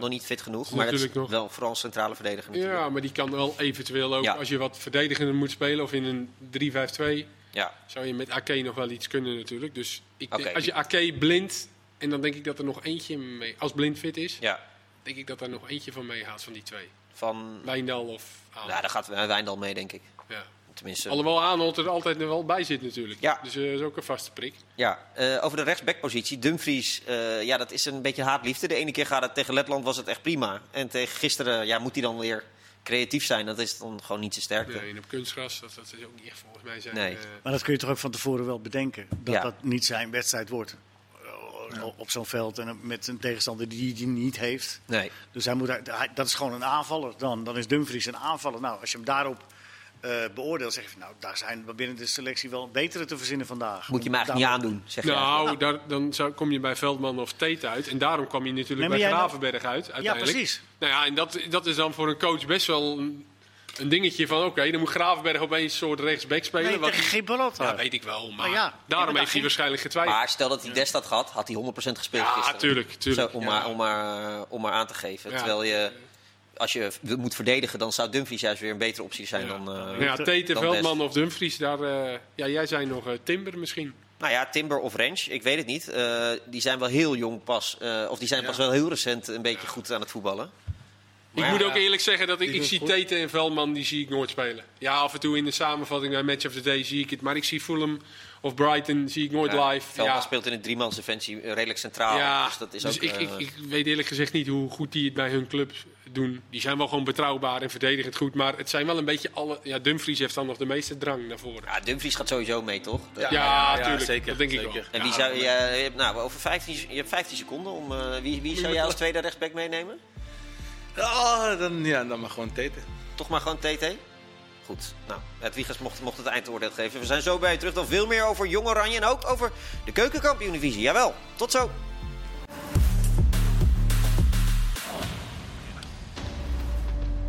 nog niet fit genoeg. Maar dat is
natuurlijk nog.
wel vooral centrale verdediger natuurlijk.
Ja, maar die kan wel eventueel ook,
Ja.
als je wat verdedigender moet spelen of in een 3-5-2,
Ja.
zou je met Ake nog wel iets kunnen natuurlijk. Dus ik denk-
Oké.
als je Ake blind, en dan denk ik dat er nog eentje mee, als blind fit is,
ja.
denk ik dat er nog eentje van meegaat van die twee.
Van,
Wijndal of
ja,
Aanholt.
daar gaat Wijndal mee, denk ik.
Ja.
Tenminste,
Alhoewel Aanholt er altijd nog wel bij zit natuurlijk.
Ja.
Dus eh, dat is ook een vaste prik.
Ja, eh, over de rechtsbackpositie. Dumfries, eh, ja, dat is een beetje haatliefde. De ene keer gaat het tegen Letland, was het echt prima. En tegen gisteren, ja, moet hij dan weer creatief zijn. Dat is dan gewoon niet zijn sterkte.
Nee, en op kunstgras, dat, dat is ook niet echt volgens mij zijn.
Nee.
eh,
Maar dat kun je toch ook van tevoren wel bedenken. Dat
Ja.
dat niet zijn wedstrijd wordt. Eh, Op zo'n veld en met een tegenstander die die niet heeft.
Nee.
Dus hij moet, hij- dat is gewoon een aanvaller dan. Dan is Dumfries een aanvaller. Nou, als je hem daarop eh, beoordeelt, zeg je van, nou, daar zijn we binnen de selectie wel betere te verzinnen vandaag.
Moet je hem eigenlijk niet
Daarom-
aandoen, zeg je eigenlijk.
Nou, daar, dan zou, kom je bij Veldman of Teet uit. En daarom kwam je natuurlijk
Nee, maar
bij
jij-
Gravenberg uit. Uiteindelijk.
precies.
Nou ja, en dat, dat is dan voor een coach best wel een, een dingetje van... Oké, dan moet Gravenberg opeens een soort rechtsback spelen.
Nee,
wat
tegen
hij-
Gibraltar.
ja, weet ik wel. Maar
ja,
daarom
inderdaad,
heeft hij
geen-
waarschijnlijk getwijfeld.
Maar stel dat hij Dest had gehad, had hij 100% gespeeld
Ja,
gisteren.
tuurlijk, tuurlijk.
Zo, om,
Ja.
maar, om, maar, eh, om maar aan te geven.
Ja.
Terwijl je, als je w- moet verdedigen, dan zou Dumfries juist weer een betere optie zijn dan... eh,
nou ja, Tete,
dan
Veldman
Dest.
of Dumfries, daar, eh, ja, jij zei nog eh, Timber misschien.
Nou ja, Timber of Ranch, ik weet het niet. Eh, die zijn wel heel jong pas. eh, of die zijn pas wel heel recent een beetje goed aan het voetballen.
Ik
Maar
moet
ja,
ook eerlijk zeggen dat ik, ik
doen
zie
het
Tete en Veldman, die zie ik nooit spelen. Ja, af en toe in de samenvatting bij Match of the Day zie ik het. Maar ik zie Fulham of Brighton zie ik nooit
Ja,
live.
Veldman
Ja,
speelt in een driemans defensie eh, redelijk centraal.
ja.
Dus dat is ook...
ik,
eh,
ik, ik weet eerlijk gezegd niet hoe goed die het bij hun club doen. Die zijn wel gewoon betrouwbaar en verdedigen het goed. Maar het zijn wel een beetje alle... Ja, Dumfries heeft dan nog de meeste drang naar voren.
ja, Dumfries gaat sowieso mee, toch?
Ja,
ja, ja,
tuurlijk.
zeker,
dat denk ik
zeker.
wel.
En wie zou, ja, je hebt, nou, over 15, se- je hebt 15 seconden om... eh, wie, wie zou jij als tweede rechtsback meenemen?
Oh, dan, ja, dan maar gewoon teten.
Toch maar gewoon TT? Goed. Nou, Wiegers mocht, mocht het eindoordeel geven. We zijn zo bij je terug. Dan veel meer over Jong Oranje en ook over de keukenkampioenvisie. Jawel, tot zo.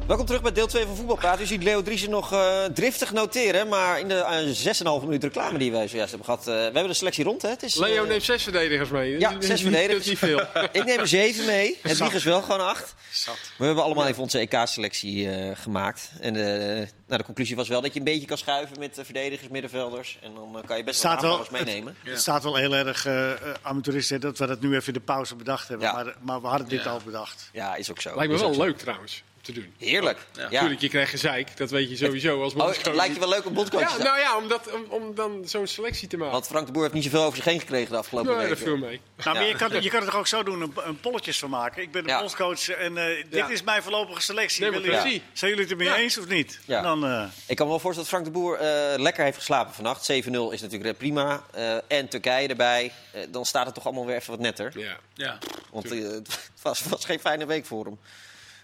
Welkom terug bij deel 2 van Voetbalpraat. U ziet Leo Driessen nog eh, driftig noteren. Maar in de eh, 6,5 minuut reclame die wij zojuist hebben gehad... eh, we hebben de selectie rond, hè? Het is,
Leo
eh,
neemt zes verdedigers mee.
Ja,
Dat is
zes
niet-
verdedigers.
Dat is niet veel.
Ik neem er zeven mee. Het Wiegers wel gewoon acht.
Zat.
We hebben allemaal even onze EK-selectie eh, gemaakt. En eh, nou, de conclusie was wel dat je een beetje kan schuiven met eh, verdedigers, middenvelders. En dan eh, kan je best wel
Staat wel-
aanvallers meenemen.
Het staat wel heel erg eh eh, amateuristisch hè, dat we dat nu even in de pauze bedacht hebben.
Ja.
Maar, maar we hadden dit al bedacht.
Ja, is ook zo.
Lijkt me
Is ook
wel
zo.
leuk trouwens om te doen.
Heerlijk. Ja.
Tuurlijk, je krijgt gezeik. Dat weet je sowieso als
Oh, het
bondscoach.
lijkt je wel leuk om bondcoach te
Ja,
zijn.
nou ja, om, dat, om, om dan zo'n selectie te maken.
Want Frank de Boer heeft niet zoveel over zich heen gekregen de afgelopen
Nou, dat
weken.
viel mee.
Nou, maar
Ja.
je, kan, je kan er toch ook zo doen, een, een polletjes van maken. Ik ben de
Ja.
bondscoach en eh, dit
Ja.
is mijn voorlopige selectie. Willen jullie-
Democratie.
Zijn jullie het ermee
Ja.
eens of niet?
Ja.
Dan, eh,
Ik kan me wel voorstellen dat Frank de Boer eh, lekker heeft geslapen vannacht. 7-0 is natuurlijk eh, prima. Eh, en Turkije erbij. Eh, dan staat het toch allemaal weer even wat netter.
Ja.
Ja.
Want eh, het was, was geen fijne week voor hem.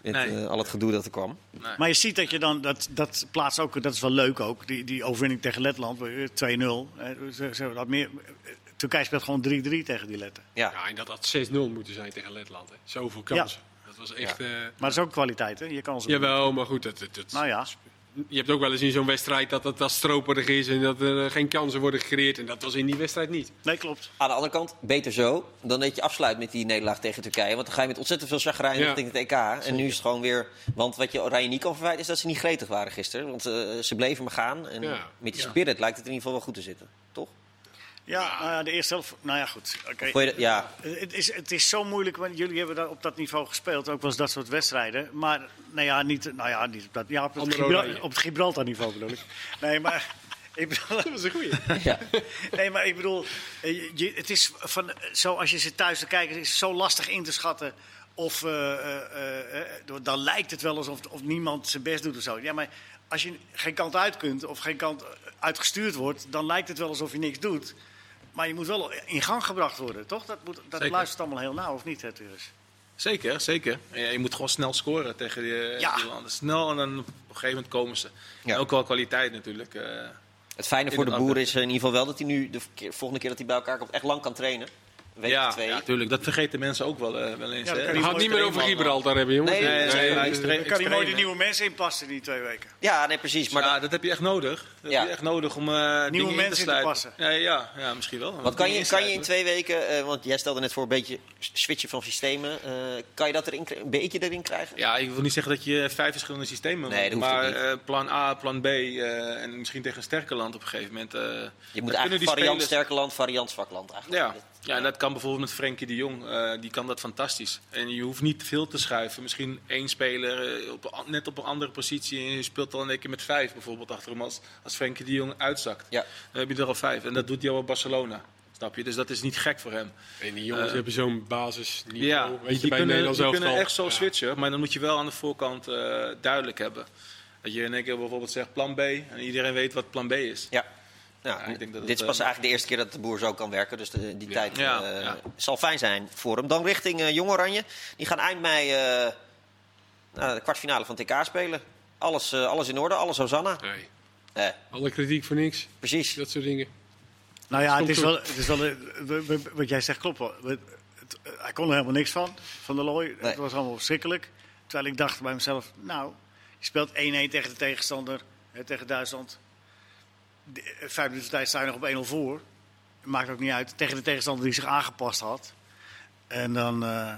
Met
Nee.
eh, al het gedoe dat er kwam.
Maar je ziet dat je dan, dat, dat plaats ook, dat is wel leuk ook, die, die overwinning tegen Letland, eh, 2-0. eh, ze- ze hebben dat meer, eh, Turkije speelt gewoon 3-3 tegen die Letten.
Ja.
ja, en dat had 6-0 moeten zijn tegen Letland. Hè. Zoveel kansen. Dat was echt... eh,
Maar dat is ook kwaliteit, hè? Je kan ze...
jawel, maar goed. Dat, dat, dat-
Nou ja,
Je hebt ook wel eens in zo'n wedstrijd dat het dat stroperig is en dat er eh, geen kansen worden gecreëerd. En dat was in die wedstrijd niet.
nee, klopt.
Aan de andere kant, beter zo dan dat je afsluit met die nederlaag tegen Turkije. Want dan ga je met ontzettend veel chagrijn
Ja.
richting het EK. En nu is het gewoon weer... Want wat je Oranje niet kan verwijten is dat ze niet gretig waren gisteren. Want eh, ze bleven maar gaan. En
Ja.
met die spirit lijkt het in ieder geval wel goed te zitten. Toch?
Ja, nou ja, de eerste helft, nou ja, goed. Oké. Eh,
Vond je dat- ja.
Het is, het is zo moeilijk, want jullie hebben daar op dat niveau gespeeld, ook wel eens dat soort wedstrijden. Maar, nou ja, niet, nou ja, niet op dat, ja, op het,
Andere
Gibral-
oranje.
op het Gibraltar-niveau bedoel ik. Nee, maar... Ik bedoel,
Dat was een goeie.
ja.
Nee, maar ik bedoel, eh, je- je- het is van, zo als je zit thuis te kijken, is het zo lastig in te schatten. Of eh, eh, eh, dan lijkt het wel alsof of niemand zijn best doet of zo. Ja, maar als je geen kant uit kunt of geen kant uitgestuurd wordt, dan lijkt het wel alsof je niks doet. Maar je moet wel in gang gebracht worden, toch? Dat, moet, dat
Zeker.
luistert allemaal heel nauw, of niet, hè, Turis?
Zeker, zeker. Ja, je moet gewoon snel scoren tegen die, eh,
Ja.
die landen. Snel en dan op een gegeven moment komen ze.
Ja.
En ook wel kwaliteit natuurlijk. eh.
Het fijne voor de
Inderdaad.
boer is eh, in ieder geval wel dat hij nu de verkeer- volgende keer dat hij bij elkaar komt echt lang kan trainen. week
ja,
twee.
ja, tuurlijk. Dat vergeten mensen ook wel, eh, wel eens.
Ja, dat
hè.
kan
We
niet
gaan het niet meer over Gibraltar hebben, jongens.
Nee,
nou. Nee, nee, nee,
eh,
extre-
Dan kan hij mooi de
extreme.
nieuwe mensen inpassen in die twee weken.
Ja, nee, precies. Maar
ja,
dat-
dat, heb je echt nodig. Dat
Ja.
heb je echt nodig om eh, dingen in
mensen in te
sluiten.
passen.
Ja, ja, ja, misschien wel.
want kan je,
Dingen
kan je in
insluiten.
twee weken, eh, want jij stelde net voor een beetje s- switchen van systemen, eh, kan je dat erin, kri- een beetje erin krijgen?
Ja, ik wil niet zeggen dat je eh, vijf verschillende systemen
Nee,
maakt,
dat hoeft
maar
ook niet.
eh, plan A, plan B eh, en misschien tegen een sterker land op een gegeven moment. eh,
Je
dat
moet
kunnen
eigenlijk
die
variant
spelers-
sterker land, variant zwak land eigenlijk.
Ja. ja, en dat kan bijvoorbeeld met Frenkie de Jong. eh, die kan dat fantastisch. En je hoeft niet veel te schuiven. Misschien één speler eh, op, een an- net op een andere positie. En je speelt al een keer met vijf bijvoorbeeld achter hem als, als Frenkie de Jong uitzakt.
Ja.
Dan heb je er al vijf. En dat doet hij al bij Barcelona. Snap je? Dus dat is niet gek voor hem.
En die jongens
Eh,
hebben zo'n basisniveau.
Ja,
weet je,
die
bij
kunnen,
Nederland
die
zelf
kunnen
al.
echt zo
Ja.
switchen, maar dan moet je wel aan de voorkant eh, duidelijk hebben. Dat je in één keer bijvoorbeeld zegt plan B en iedereen weet wat plan B is.
Ja. Nou,
Ja, ik denk dat
dit is
het,
pas
eh,
eigenlijk de eerste keer dat de boer zo kan werken. Dus de- die tijd
Ja,
eh,
ja.
zal fijn zijn voor hem. Dan richting eh Jong Oranje. Die gaan eind mei eh, nou, de kwartfinale van TK spelen. Alles, eh, alles in orde, alles Hosanna.
Nee,
Eh,
alle kritiek voor niks.
precies.
Dat soort dingen.
Nou ja,
Stond
het is
goed.
wel, het is wel eh, we- we- wat jij zegt klopt wel. We- het- eh, hij kon er helemaal niks van, van de looi.
Nee.
Het was allemaal verschrikkelijk. Terwijl ik dacht bij mezelf, nou, je speelt 1-1 tegen de tegenstander, hè, tegen Duitsland. De- eh, Vijf minuten tijd sta je nog op 1-0 voor. Maakt ook niet uit, tegen de tegenstander die zich aangepast had. En dan, eh,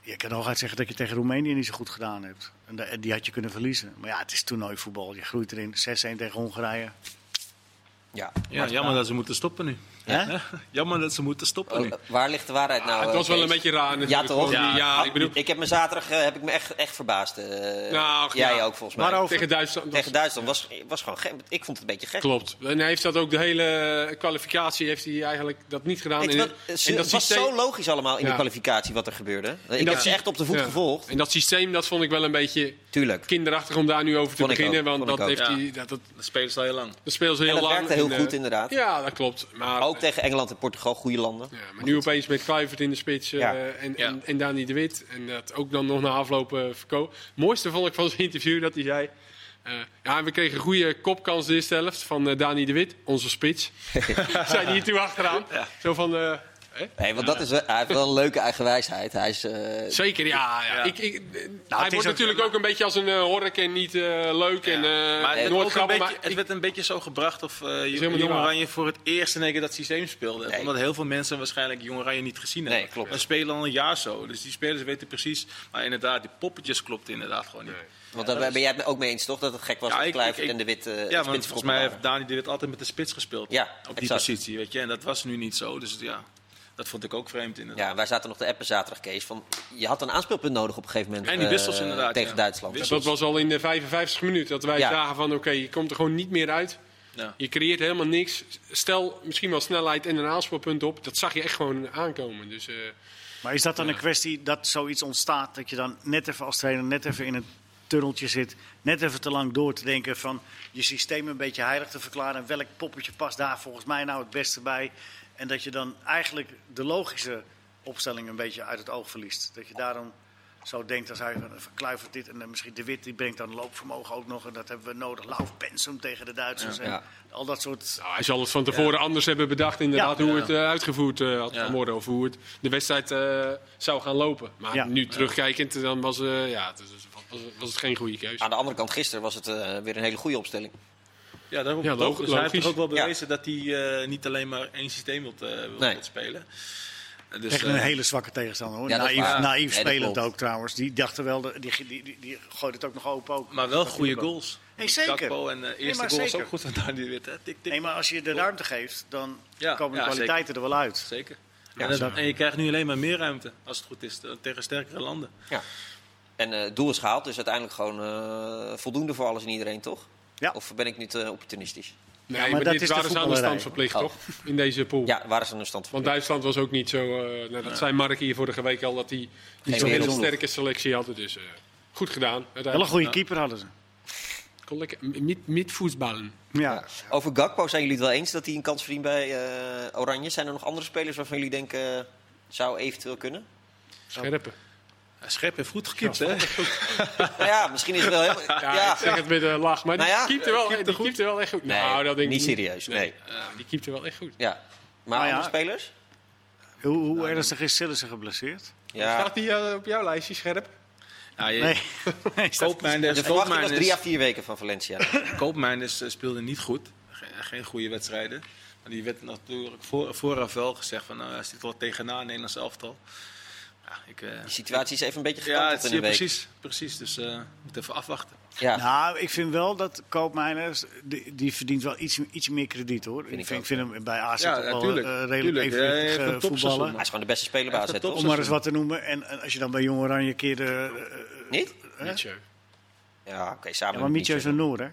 je kan hooguit zeggen dat je tegen Roemenië niet zo goed gedaan hebt. En, da- en die had je kunnen verliezen. Maar ja, het is toernooivoetbal. Je groeit erin, 6-1 tegen Hongarije.
Ja.
Ja, jammer dat ze moeten stoppen nu.
Hè?
Jammer dat ze moeten stoppen
Oh, waar ligt de waarheid nou?
het
eh,
was wel een
Kees?
beetje raar natuurlijk.
Ja, toch? Ah,
Gewoon die- ja, ik bedoel,
ik heb me zaterdag eh, heb ik me echt, echt verbaasd. eh,
Nou,
jij
ja.
ook volgens mij.
Waarover?
tegen Duitsland. dat-
Tegen Duitsland was, was gewoon gek. Ik vond het een beetje gek.
Klopt. En hij heeft dat ook de hele kwalificatie heeft hij eigenlijk dat niet gedaan.
Ik,
in,
wel- eh,
in
ze- het
dat
was
systeem-
zo logisch allemaal in de
Ja.
kwalificatie wat er gebeurde. Ik
dat
heb ze
sy-
echt op de voet
ja.
gevolgd.
En dat systeem, dat vond ik wel een beetje
Tuurlijk.
kinderachtig om daar nu over te
Vond ik
beginnen.
ook,
Want
vond ik
dat, heeft
ook.
hij,
Ja.
dat, dat,
Dat spelen ze al heel lang.
dat speelde ze heel
En dat
lang.
werkte heel
en,
goed
eh,
inderdaad.
Ja, dat klopt. Maar,
Ook tegen Engeland en Portugal, goede landen.
ja, maar nu opeens met Kluivert in de spits eh,
Ja.
en,
Ja.
En, en Dani de Wit. En dat ook dan nog na afloop eh verkoop. Het mooiste vond ik van zijn interview dat hij zei... eh, ja, en we kregen een goede kopkans de eerste helft van eh, Dani de Wit, onze spits. Zijn die hier toe achteraan. Zo van... eh, hè?
Nee, want dat is, wel- hij heeft wel een leuke eigenwijsheid. Hij is, eh,
Zeker, ja. ja.
Ja. Nou,
Ik, ik, hij
is
wordt
ook-
natuurlijk ook een beetje als een eh horken niet eh, leuk en eh
maar het, werd
nooit
ook een
grappig.
beetje,
Maar
het
ik-
werd een beetje zo gebracht of eh
helemaal niet
Jong
waar.
Oranje voor het eerst in één keer dat systeem speelde.
Nee.
Omdat heel veel mensen waarschijnlijk Jong Oranje niet gezien
Nee,
hebben.
klopt.
We spelen al een jaar zo, dus die spelers weten precies. Maar inderdaad, die poppetjes klopten inderdaad gewoon niet.
want daar ben jij het ook mee eens, toch? Dat het gek was
Ja,
dat
ik-
Kluivert
ik- ik-
en de Wit eh,
Ja, want
spits
volgens mij heeft
waren.
Dani de Wit altijd met de spits gespeeld.
Ja,
op die
exact.
positie, weet je. En dat was nu niet zo. Dus ja, dat vond ik ook vreemd inderdaad.
Ja, wij zaten nog te appen zaterdag, Kees. Van, je had een aanspeelpunt nodig op een gegeven moment.
En die
eh,
wissels inderdaad,
Tegen
ja.
Duitsland.
Wissels.
dat was al in de 55 minuut dat wij
Ja.
zagen van oké, je komt er gewoon niet meer uit.
Ja.
Je creëert helemaal niks. Stel misschien wel snelheid en een aanspoelpunt op. Dat zag je echt gewoon aankomen. Dus, eh,
Maar is dat dan een kwestie dat zoiets ontstaat, dat je dan net even als trainer, net even in een tunneltje zit, net even te lang door te denken van je systeem een beetje heilig te verklaren en welk poppetje past daar volgens mij nou het beste bij? En dat je dan eigenlijk de logische opstelling een beetje uit het oog verliest. Dat je daarom zo denkt als hij van, van Kluivert dit en dan misschien De Wit, die brengt dan loopvermogen ook nog en dat hebben we nodig. Lauf Pensum tegen de Duitsers en
Ja.
al dat soort...
nou, hij zal het van tevoren anders hebben bedacht inderdaad
Ja.
hoe het eh, uitgevoerd eh, had
Ja.
gaan worden. Of hoe het de wedstrijd eh, zou gaan lopen. Maar
Ja.
nu terugkijkend, dan was, eh, ja, het is- was, was het geen goede keuze.
Ah,
Aan de andere kant, gisteren was het eh, weer een hele goede opstelling.
Ja, daarom.
Ja,
Ja,
log-
dus hij heeft
logisch.
toch ook wel
Ja.
bewezen dat hij eh, niet alleen maar één systeem wilt, eh, wilt,
Nee.
wilt spelen. Eh, Dus,
Echt een
eh,
hele zwakke tegenstander hoor.
Ja, dat is
naïef
waar.
naïef
Nee, dat
spelend
klopt.
ook trouwens. Die dachten wel, de- die, die, die, die gooide het ook nog open ook.
Maar wel goede goals.
Nee, zeker.
Gakpo en de eerste
Nee, maar
goal was
zeker.
ook goed van Dani de Wit. Hè? Tik, tik.
Nee, maar als je de ruimte geeft, dan
Ja,
komen de
ja,
kwaliteiten er wel uit.
Zeker.
Ja,
en, dat-
zeker.
en je krijgt nu alleen maar meer ruimte, als het goed is, te- tegen sterkere landen.
Ja. En eh, het doel is gehaald, dus uiteindelijk gewoon eh, voldoende voor alles en iedereen, toch?
Ja.
Of ben ik nu te opportunistisch?
Nee,
maar
maar,
dat
dit
is de
waren ze aan de
voetballerij.
stand verplicht,
Oh.
toch? In deze pool.
Ja, waar is dan een stand van?
Want Duitsland was ook niet zo. eh, nou, dat zei Mark hier vorige week al dat hij niet zo'n hele
wereldploeg.
sterke selectie had. Dus eh, goed gedaan.
Wel een
Uiteindelijk
goede keeper hadden ze.
kon lekker m- niet, niet voetballen.
Ja.
Over Gakpo zijn jullie het wel eens dat hij een kans verdient bij eh, Oranje? Zijn er nog andere spelers waarvan jullie denken eh, zou eventueel kunnen?
Scherpen.
Schep heeft goed gekiept, hè?
nou ja, misschien is het wel heel.
Ja,
Ja,
ik zeg het met een lach. Maar
Nou ja,
die keepte wel, die keepte wel echt goed.
Nee,
nou, dat denk ik
niet serieus, nee.
Ja, die keepte wel echt goed.
Ja. Maar
Nou ja.
andere spelers?
Hoe, hoe
Nou,
ernstig is Sillissen geblesseerd?
Ja.
Staat die eh, op jouw lijstje scherp?
Nou, je-
Nee. nee is dat-
De
Koopmijnders,
verwachting was drie à
Koopmijnders,
vier weken van Valencia.
Koopmijnders eh, speelde niet goed. Ge- Geen goede wedstrijden. Maar die werd natuurlijk voor, vooraf wel gezegd van nou, hij zit wel tegenaan, Nederlands elftal. Ja, ik, eh,
De situatie is even een beetje
ja,
gekanteld
het,
in
ja
de week.
precies, precies. Dus eh moet even afwachten.
Ja.
Nou, ik vind wel dat Koopmeiners, die, die verdient wel iets, iets meer krediet hoor. ik,
ik
vind,
ook,
ik vind hem bij AZ
Ja,
ook wel
natuurlijk,
eh, redelijk
natuurlijk. Hij heeft
evenwichtig eh,
een topseizoen,
voetballen.
Hij is gewoon de beste speler bij
Hij is
AZ,
de top-
toch?
Om maar eens wat te noemen. En, en als je dan bij Jong Oranje een keer... eh, De,
Niet?
Nietzsche.
Ja, oké, samen
ja, maar
met
Mietje is
Nietzsche.
een Noor, hè?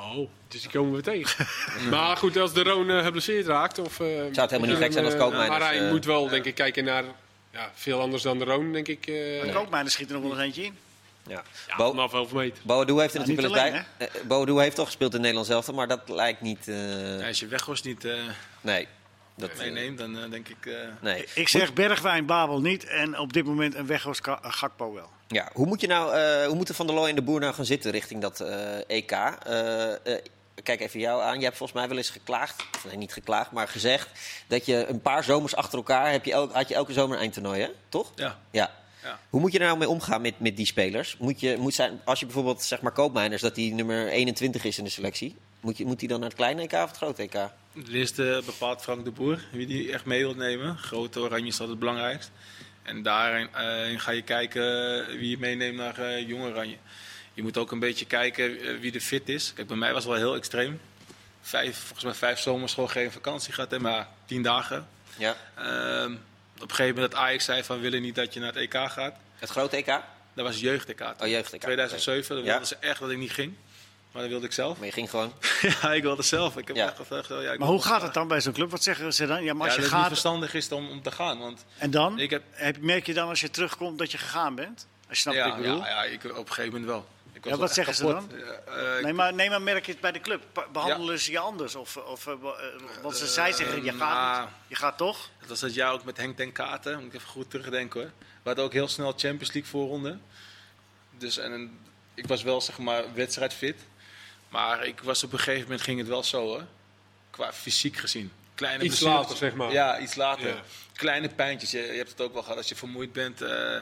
Oh, dus die komen we tegen. maar goed, als de Roon eh, geblesseerd raakt... Of, eh,
helemaal niet
dan,
gek zijn als
eh,
Koopmeiners,
Maar hij
eh,
moet wel, denk ik, kijken naar ja, veel anders dan de Roon, denk ik. eh
Koopmeiners schiet er nog wel eens eentje in.
Ja.
ja,
Bo-
vanaf 11 meter.
Boadu heeft er
Nou,
natuurlijk wel
niet
eens bij. Eh, Boadu heeft toch gespeeld in Nederland zelf, maar dat lijkt niet. eh,
Ja, als je Weghorst niet eh,
nee. Dat, eh,
meeneemt, dan eh, denk ik... eh,
nee.
Ik zeg Bergwijn, Babel niet. En op dit moment een Weghorst Ka- eh, Gakpo wel.
Ja, hoe, moet je nou, eh, hoe moeten Van der Looy en de Boer nou gaan zitten richting dat eh, EK? Eh, eh, kijk even jou aan. Je hebt volgens mij wel eens geklaagd, of nee, niet geklaagd, maar gezegd... dat je een paar zomers achter elkaar heb je el- had je elke zomer een eindtoernooi, hè? Toch?
ja.
Ja.
Ja.
Hoe moet je er nou mee omgaan met, met die spelers? Moet je, moet zijn, als je bijvoorbeeld, zeg maar, Koopmeiners, dat die nummer 21 is in de selectie... moet, je, moet die dan naar het kleine EK of het E grote EK?
De eerste bepaalt Frank de Boer wie die echt mee wilt nemen. Grote oranje is altijd het belangrijkst. En daarin eh, ga je kijken wie je meeneemt naar eh jong oranje. Je moet ook een beetje kijken eh, wie er fit is. Kijk, bij mij was het wel heel extreem. Vijf, volgens mij vijf zomers gewoon geen vakantie gehad, hè, maar tien dagen.
Ja.
Ehm, op een gegeven moment dat Ajax zei van we willen niet dat je naar het EK gaat.
Het grote EK?
Dat was jeugd-EK.
Oh, jeugd-EK.
2007, dan
Ja.
wilden ze echt dat ik niet ging. Maar dat wilde ik zelf.
Maar je ging gewoon...
ja, ik wilde zelf. Ik heb
Ja.
echt gevraagd, ja, ik
Maar
wil
hoe gaat het dan bij zo'n club? Wat zeggen ze dan? Ja, maar als je
ja, dat het niet
gaat...
verstandig is om, om te gaan. Want
En dan?
ik heb,
Heb, merk je dan als je terugkomt dat je gegaan bent? Als je snapt
ja,
wat ik bedoel?
ja, ja, ik, op een gegeven moment wel. Ik
Ja,
wel
wat
echt
zeggen ze
kapot.
dan?
Ja, eh,
Nee maar, nee, maar merk je het bij de club? Pa- Behandelen ze je anders? Of, of, eh, wa- eh, want ze
Eh,
zij zeggen, je gaat
nou.
niet. Je gaat toch?
Dat was dat jaar ook met Henk ten Katen. Moet ik even goed terugdenken hoor. We hadden ook heel snel Champions League voorronde. Dus en, en ik was wel zeg maar wedstrijdfit. Maar ik was op een gegeven moment ging het wel zo hoor. Qua fysiek gezien. Kleine
Iets
blessures.
later, zeg maar.
Ja, iets later.
Ja.
Kleine pijntjes. Je, je hebt het ook wel gehad als je vermoeid bent. eh,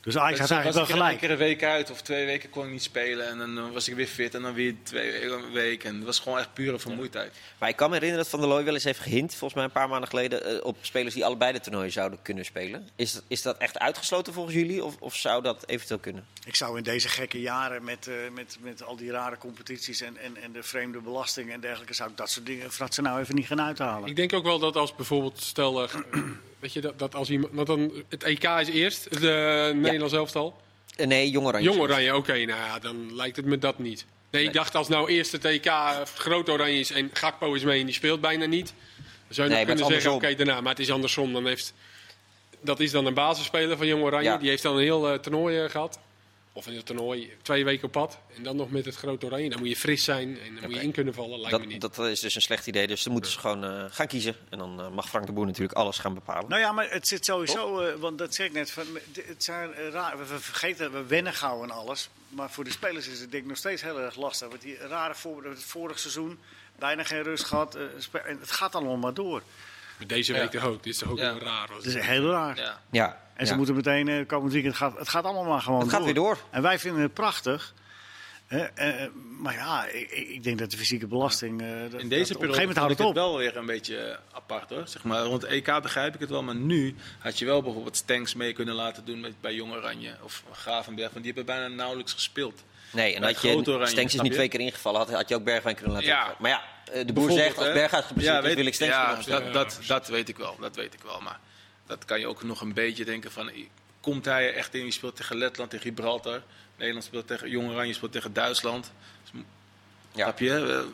Dus Ajax had
Dus
eigenlijk
was
wel
ik er
gelijk.
een keer een week uit of twee weken kon ik niet spelen. En dan eh, was ik weer fit en dan weer twee weken. week. En het was gewoon echt pure vermoeidheid.
Maar ik kan me herinneren dat Van der Looy wel eens heeft gehint, volgens mij een paar maanden geleden, eh, op spelers die allebei de toernooien zouden kunnen spelen. Is, dat- is dat echt uitgesloten volgens jullie of, of zou dat eventueel kunnen?
Ik zou in deze gekke jaren met, eh, met, met al die rare competities en, en, en de vreemde belastingen en dergelijke, zou ik dat soort dingen voor dat ze nou even niet gaan uithalen.
Ik denk ook wel dat als bijvoorbeeld, stel, eh, weet je, dat, dat als iemand, want dan, het EK is eerst, het eh, Nederlands elftal.
Eh, nee, jongeren.
Jong Oranje, oké, nou ja, dan lijkt het me dat niet. Nee, ik dacht als nou eerst het EK groot Oranje is en Gakpo is mee en die speelt bijna niet. Dan zou je
Nee, maar
nog kunnen
het is
zeggen, oké,
andersom.
daarna. Maar het is andersom, dan heeft, dat is dan een basisspeler van Jong Oranje.
Ja.
Die heeft dan een heel eh, toernooi eh, gehad. Of in het toernooi twee weken op pad. En dan nog met het groot Oranje. Dan moet je fris zijn en dan moet je in kunnen vallen, lijkt
Dat,
me niet.
dat is dus een slecht idee, dus dan moeten ze gewoon eh, gaan kiezen. En dan eh, mag Frank de Boer natuurlijk alles gaan bepalen.
Nou ja, maar het zit sowieso, eh, want dat zeg ik net, van, d- het zijn eh, raar, we we vergeten, we wennen gauw aan alles. Maar voor de spelers is het denk ik nog steeds heel erg lastig. Want die rare voorbeelden, het vorig seizoen, bijna geen rust gehad. eh, spe- en het gaat allemaal maar door.
Maar Deze week toch ook. Dit is toch ook
Ja.
heel raar. was
Dat
het?
is heel raar.
Ja.
Ja,
En ze
ja.
moeten meteen eh komend weekend. Gaat, het gaat allemaal maar gewoon
Het
door.
gaat weer door.
En wij vinden het prachtig. Hè, eh, maar ja, ik, ik ik denk dat de fysieke belasting. eh, dat- dat
In deze
op een
periode
gegeven moment
vond
houdt
ik
het
het
op.
wel weer een beetje eh, apart hoor. Zeg maar, rond EK begrijp ik het wel, maar nu had je wel bijvoorbeeld Stanks mee kunnen laten doen met, bij Jong Oranje of Gravenberg, want die hebben bijna nauwelijks gespeeld.
Nee, en
Bij
had je
groot Oranje,
Stenks is
snap
niet
je?
twee keer ingevallen, had, had je ook Bergwijn kunnen laten
Ja.
invallen. Maar ja, eh, de Boer zegt, als Bergwijn geblesseerd is,
weet-
wil ik Stenks
ja,
kunnen opstellen.
dat, dat, dat weet ik wel, dat weet ik wel. Maar dat kan je ook nog een beetje denken van, i- komt hij er echt in? Die speelt tegen Letland, tegen Gibraltar. Nederland speelt tegen Jong Oranje, speelt tegen Duitsland.
Ja.
Snap je? Eh,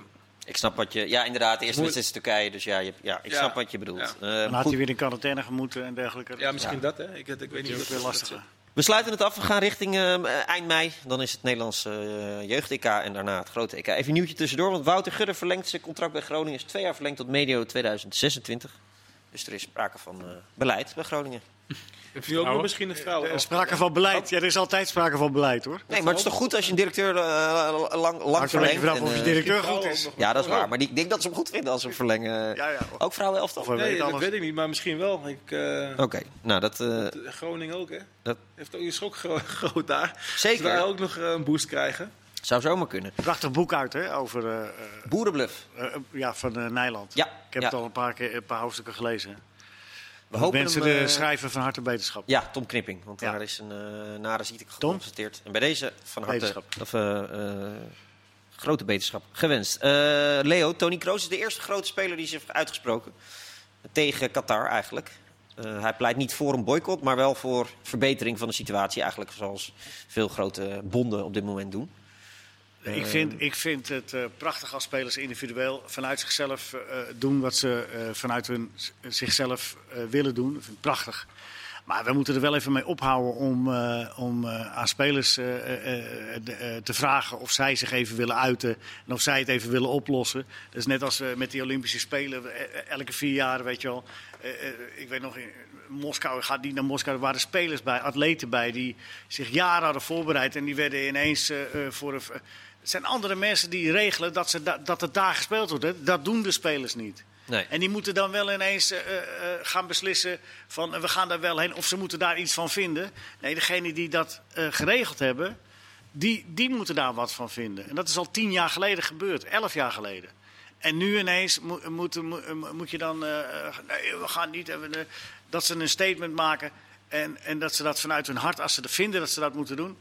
Ik snap wat je... Ja, inderdaad, de eerste
Moeilijk.
wedstrijd is Turkije, dus ja, je, ja ik
Ja.
snap wat je bedoelt. Eh,
Dan had
goed.
hij weer in quarantaine gemoeten en dergelijke.
ja, misschien dat hè. Ik, ik weet niet
dat is
hoe
weer
dat-
lastiger.
We sluiten het af. We gaan richting ehm, eh, eind mei. Dan is het Nederlands eh, jeugd-EK en daarna het grote EK. Even een nieuwtje tussendoor, want Wouter Gudde verlengt zijn contract bij Groningen. Is twee jaar verlengd tot medio 2026. Dus er is sprake van eh, beleid bij Groningen.
Nu ook
Nou,
nog misschien een vrouw.
Eh, Sprake van beleid. Ja, er is altijd sprake van beleid hoor.
Nee, maar het is toch goed als je een directeur eh, lang, lang
Hangt er een
verlengt?
beetje vanaf
en,
of je
eh,
directeur goed is.
ja,
Oh,
dat is waar. Maar die, ik denk dat ze hem goed vinden als ze hem verlengen.
Oh, Ja, ja.
Ook vrouwenelftal?
Of eh, we
Oké,
Nee,
weten
dat
alles.
weet ik niet, maar misschien wel. Ik, eh,
nou dat... eh,
Groningen ook, hè?
Dat-
Heeft ook een schok gro- groot daar.
Zeker.
Ze daar ook nog eh, een boost krijgen.
Zou zomaar kunnen.
Prachtig boek uit hè, over, eh, eh,
Boerenbluff.
eh, ja, van eh, Nijland.
Ja,
Ik heb
ja.
het al een paar, keer, een paar hoofdstukken gelezen.
We
Hoop
hopen
mensen
hem,
de
eh,
schrijven van harte beterschap.
Ja, Tom Knipping. Want
Ja.
daar is een eh, nare ziekte
Tom?
geconstateerd. En bij deze van harte
Wetenschap.
of, eh, eh, grote beterschap gewenst. Eh, Leo, Tony Kroos is de eerste grote speler die zich heeft uitgesproken. Tegen Qatar eigenlijk. Eh, hij pleit niet voor een boycott, maar wel voor verbetering van de situatie. Eigenlijk zoals veel grote bonden op dit moment doen.
Ik vind, ik vind het eh, prachtig als spelers individueel vanuit zichzelf eh, doen wat ze eh, vanuit hun, z- zichzelf eh, willen doen. Ik vind het prachtig. Maar we moeten er wel even mee ophouden om, eh, om eh, aan spelers eh, eh, eh, de- eh, te vragen of zij zich even willen uiten en of zij het even willen oplossen. Dat is net als we met die Olympische Spelen, eh, eh, elke vier jaar, weet je wel. Eh, eh, ik weet nog, in Moskou gaat niet naar Moskou. Er waren spelers bij, atleten bij, die zich jaren hadden voorbereid en die werden ineens eh, eh, voor een. v- het zijn andere mensen die regelen dat, ze da- dat het daar gespeeld wordt. Hè. Dat doen de spelers niet.
Nee.
En die moeten dan wel ineens eh, eh, eh, gaan beslissen van eh, we gaan daar wel heen. Of ze moeten daar iets van vinden. Nee, degene die dat eh, geregeld hebben, die, die moeten daar wat van vinden. En dat is al tien jaar geleden gebeurd, elf jaar geleden. En nu ineens moet, moet, moet, moet je dan, eh, eh, nee we gaan niet, en we, eh, dat ze een statement maken. En, en dat ze dat vanuit hun hart, als ze dat vinden dat ze dat moeten doen,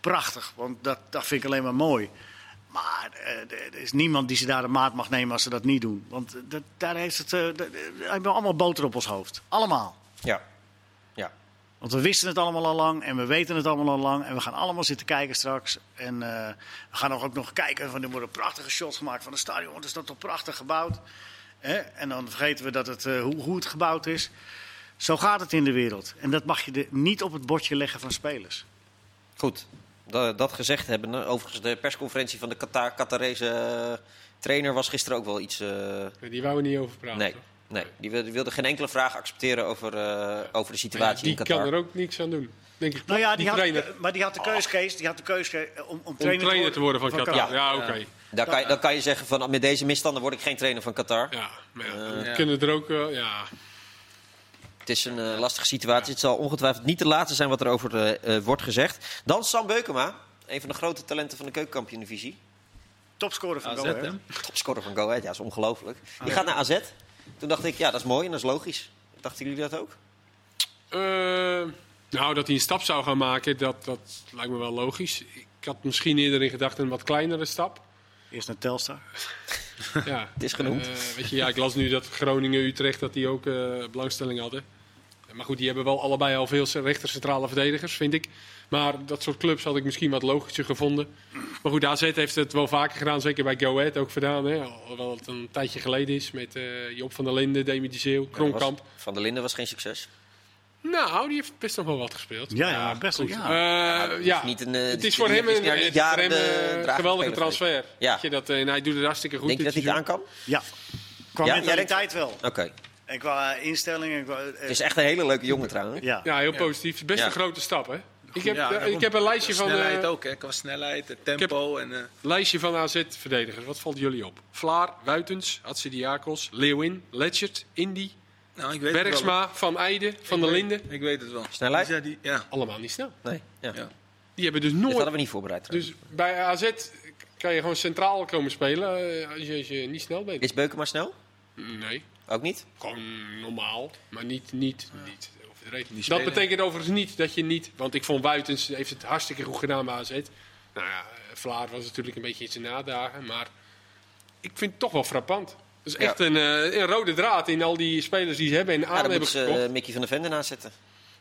prachtig. Want dat, dat vind ik alleen maar mooi. Maar eh, er- er is niemand die ze daar de maat mag nemen als ze dat niet doen. Want eh, dat, daar heeft het, eh, dat- eh, hebben we allemaal boter op ons hoofd. Allemaal.
Ja. Ja.
Want we wisten het allemaal al lang en we weten het allemaal al lang. En we gaan allemaal zitten kijken straks. En eh, we gaan ook nog kijken, van, er worden prachtige shots gemaakt van het stadion. Want is dat toch prachtig gebouwd? Hè? En dan vergeten we dat het, eh, hoe, hoe het gebouwd is. Zo gaat het in de wereld. En dat mag je er niet op het bordje leggen van spelers.
Goed, dat, dat gezegd hebben. eh, Overigens, de persconferentie van de Qatar Qatarese eh, trainer was gisteren ook wel iets. eh,
Die wou er niet over praten.
nee,
toch?
nee. Die, wilde, die wilde geen enkele vraag accepteren over, eh, over de
Maar ja,
situatie
die
in Qatar.
kan er ook niks aan doen. Denk ik.
Nou ja, die, had,
trainer.
eh, maar die had de keus, Kees. Die had de keus eh, om, om,
om trainer te worden van Qatar. Ja, oké.
Daar kan, je- dan kan je zeggen: van met deze misstanden word ik geen trainer van Qatar.
Ja, maar ja, dan
ja.
kunnen er ook... eh, ja.
Het is een eh, lastige situatie. Het zal ongetwijfeld niet de laatste zijn wat er over eh, eh, wordt gezegd. Dan Sam Beukema, een van de grote talenten van de keukenkampioen-divisie.
Topscorer van
AZ,
Go
hè?
Ahead.
Topscorer van Go Ahead, ja, dat is ongelooflijk.
Ah,
Die gaat naar AZ. Toen dacht ik: ja, dat is mooi en dat is logisch. Dachten jullie dat ook?
Eh, nou, dat hij een stap zou gaan maken, dat, dat lijkt me wel logisch. Ik had misschien eerder in gedachten een wat kleinere stap.
Eerst naar Telstar.
Ja.
Het is genoemd.
Eh, weet je, ja, ik las nu dat Groningen, Utrecht, dat die ook eh, belangstelling hadden. Maar goed, die hebben wel allebei al veel rechtercentrale verdedigers, vind ik. Maar dat soort clubs had ik misschien wat logischer gevonden. Maar goed, AZ heeft het wel vaker gedaan, zeker bij Go Ahead ook gedaan. Hè? Alhoewel het een tijdje geleden is met eh, Job van der Linden, Demi de Zeeuw, Kronkamp.
Was- Van der Linden was geen succes.
Nou, die heeft best nog wel wat gespeeld.
Ja, ja, best wel,
goed.
ja.
Eh,
het is
ja.
niet een, eh,
het
die-
is voor
die
hem
is
een,
daar
het
niet
is voor
jaren eh,
hem
de
een
draagende
geweldige
speler geweest.
transfer.
Ja.
Weet je, dat, eh, en hij doet het hartstikke goed.
Denk je
dit
dat hij het aan
seizoen.
kan?
Ja. Qua
Ja, jij
mentaliteit wel.
Oké.
En qua instellingen. Qua, eh,
Het is echt een hele leuke jongen trouwens.
ja.
Ja, heel positief. Best
Ja.
een grote stap, hè? Ik heb,
Ja,
eh,
daarom.
ik heb een lijstje van,
snelheid
eh,
ook, hè? Qua snelheid, het tempo. En, eh,
lijstje van AZ-verdedigers. Wat valt jullie op? Vlaar, Wuitens, Atsidiakos, Leeuwin, Letchert, Indy,
nou, ik weet het wel.
Bergsma, Van Eijden, Van der
Ik
Linden.
weet- Ik weet het wel.
Snelheid?
Die zei die- ja.
Allemaal niet snel.
Nee. Ja.
Ja.
Die hebben dus
Dit hadden
nooit...
we niet voorbereid trouwens.
Dus bij AZ kan je gewoon centraal komen spelen eh, als je, als je niet snel bent.
Is Beukema snel?
Nee.
Ook niet?
Gewoon normaal, maar niet, niet, niet overdreven. dat
spelen.
betekent overigens niet dat je niet... Want ik vond Buitens heeft het hartstikke goed gedaan bij AZ. Nou ja, Vlaar was natuurlijk een beetje in zijn nadagen. Maar ik vind het toch wel frappant. Dat is
Ja.
echt een, eh, een rode draad in al die spelers die ze hebben en aan
Ja, dan
hebben
moeten ze
gekocht.
eh, Mickey van der Vende aanzetten.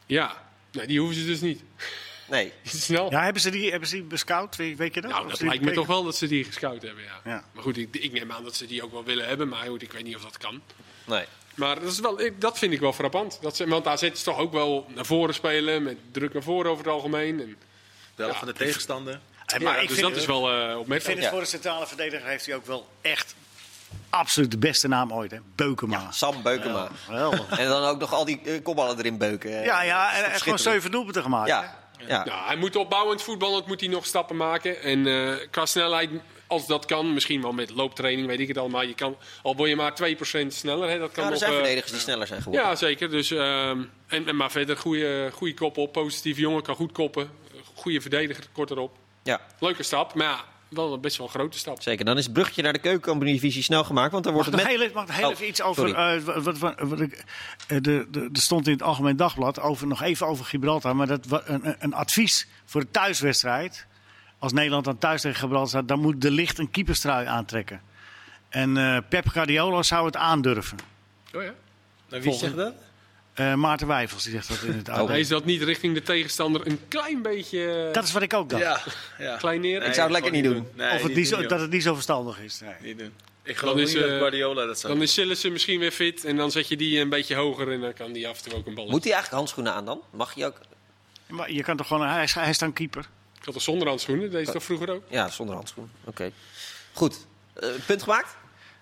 Ja, nee, die hoeven ze dus niet.
Nee.
Die is Snel.
Ja, hebben ze die, hebben ze die bescout? Weet weet je dat?
Nou,
Of
dat
ze die
lijkt me toch
bekeken?
wel dat ze die gescout hebben, ja.
Ja.
Maar goed, ik, ik neem aan dat ze die ook wel willen hebben. Maar goed, ik weet niet of dat kan.
Nee.
Maar dat, is wel, ik- dat vind ik wel frappant. Dat ze, want AZ is toch ook wel naar voren spelen, met druk naar voren over het algemeen. En,
De helft
Ja.
van de tegenstander.
Eh,
maar
maar ik
dus
vind,
dat is wel eh
ik vind
opmerkelijk.
het voor de centrale verdediger heeft hij ook wel echt absoluut de beste naam ooit, hè? Beukema.
Sam Beukema.
Geweldig.
En dan ook nog al die eh, kopballen erin beuken. eh.
Ja, ja, en, en gewoon
Schitterend.
zeven doelpunten gemaakt. hè?
Ja, ja.
Ja, hij moet opbouwend voetballend moet hij nog stappen maken. En eh, qua snelheid, als dat kan, misschien wel met looptraining, weet ik het allemaal. Je kan, al word je maar 2% sneller. Hè, dat
Ja,
kan
er
nog,
zijn
eh,
verdedigers die sneller zijn geworden.
ja, zeker. Dus, ehm, en, en maar verder, goede, goede kop op. Positief jongen, kan goed koppen. Goede verdediger, kort erop.
Ja.
Leuke stap, maar ja, wel een best wel een grote stap.
Zeker, dan is het bruggetje naar de keukenkampioen-divisie snel gemaakt. Want dan wordt
Mag ik nog
het met...
heel, even- mag ik heel
Oh,
even iets over. eh, wat, wat, wat ik, eh, de, de, er stond in het Algemeen Dagblad over, nog even over Gibraltar. Maar dat, wa- een, een- een advies voor de thuiswedstrijd. Als Nederland dan thuis tegen Gibraltar staat, dan moet de licht een keeperstrui aantrekken. En eh, Pep Guardiola zou het aandurven.
Oh, ja.
Nou, wie zegt dat?
Eh, Maarten Wijfels die zegt dat in
Oh.
het AD.
Maar Is dat niet richting de tegenstander een klein beetje
Dat is wat ik ook dacht.
Ja, ja.
klein neer?
zou het lekker
gewoon
niet
Nee,
of het
niet
niet zo,
doen,
dat
joh.
het niet zo verstandig is. Nee.
Niet doen. Ik geloof
Dan
niet
is,
dat
eh,
Guardiola dat zou
Dan is Sillissen misschien weer fit en dan zet je die een beetje hoger en dan kan die af en toe ook een bal.
Moet hij eigenlijk handschoenen aan dan? Mag hij ook?
Maar je kan toch gewoon. Hij is, hij is dan keeper.
Ik had er zonder handschoenen, deze toch vroeger ook?
Ja, zonder handschoen. Oké. Goed. Eh, punt gemaakt?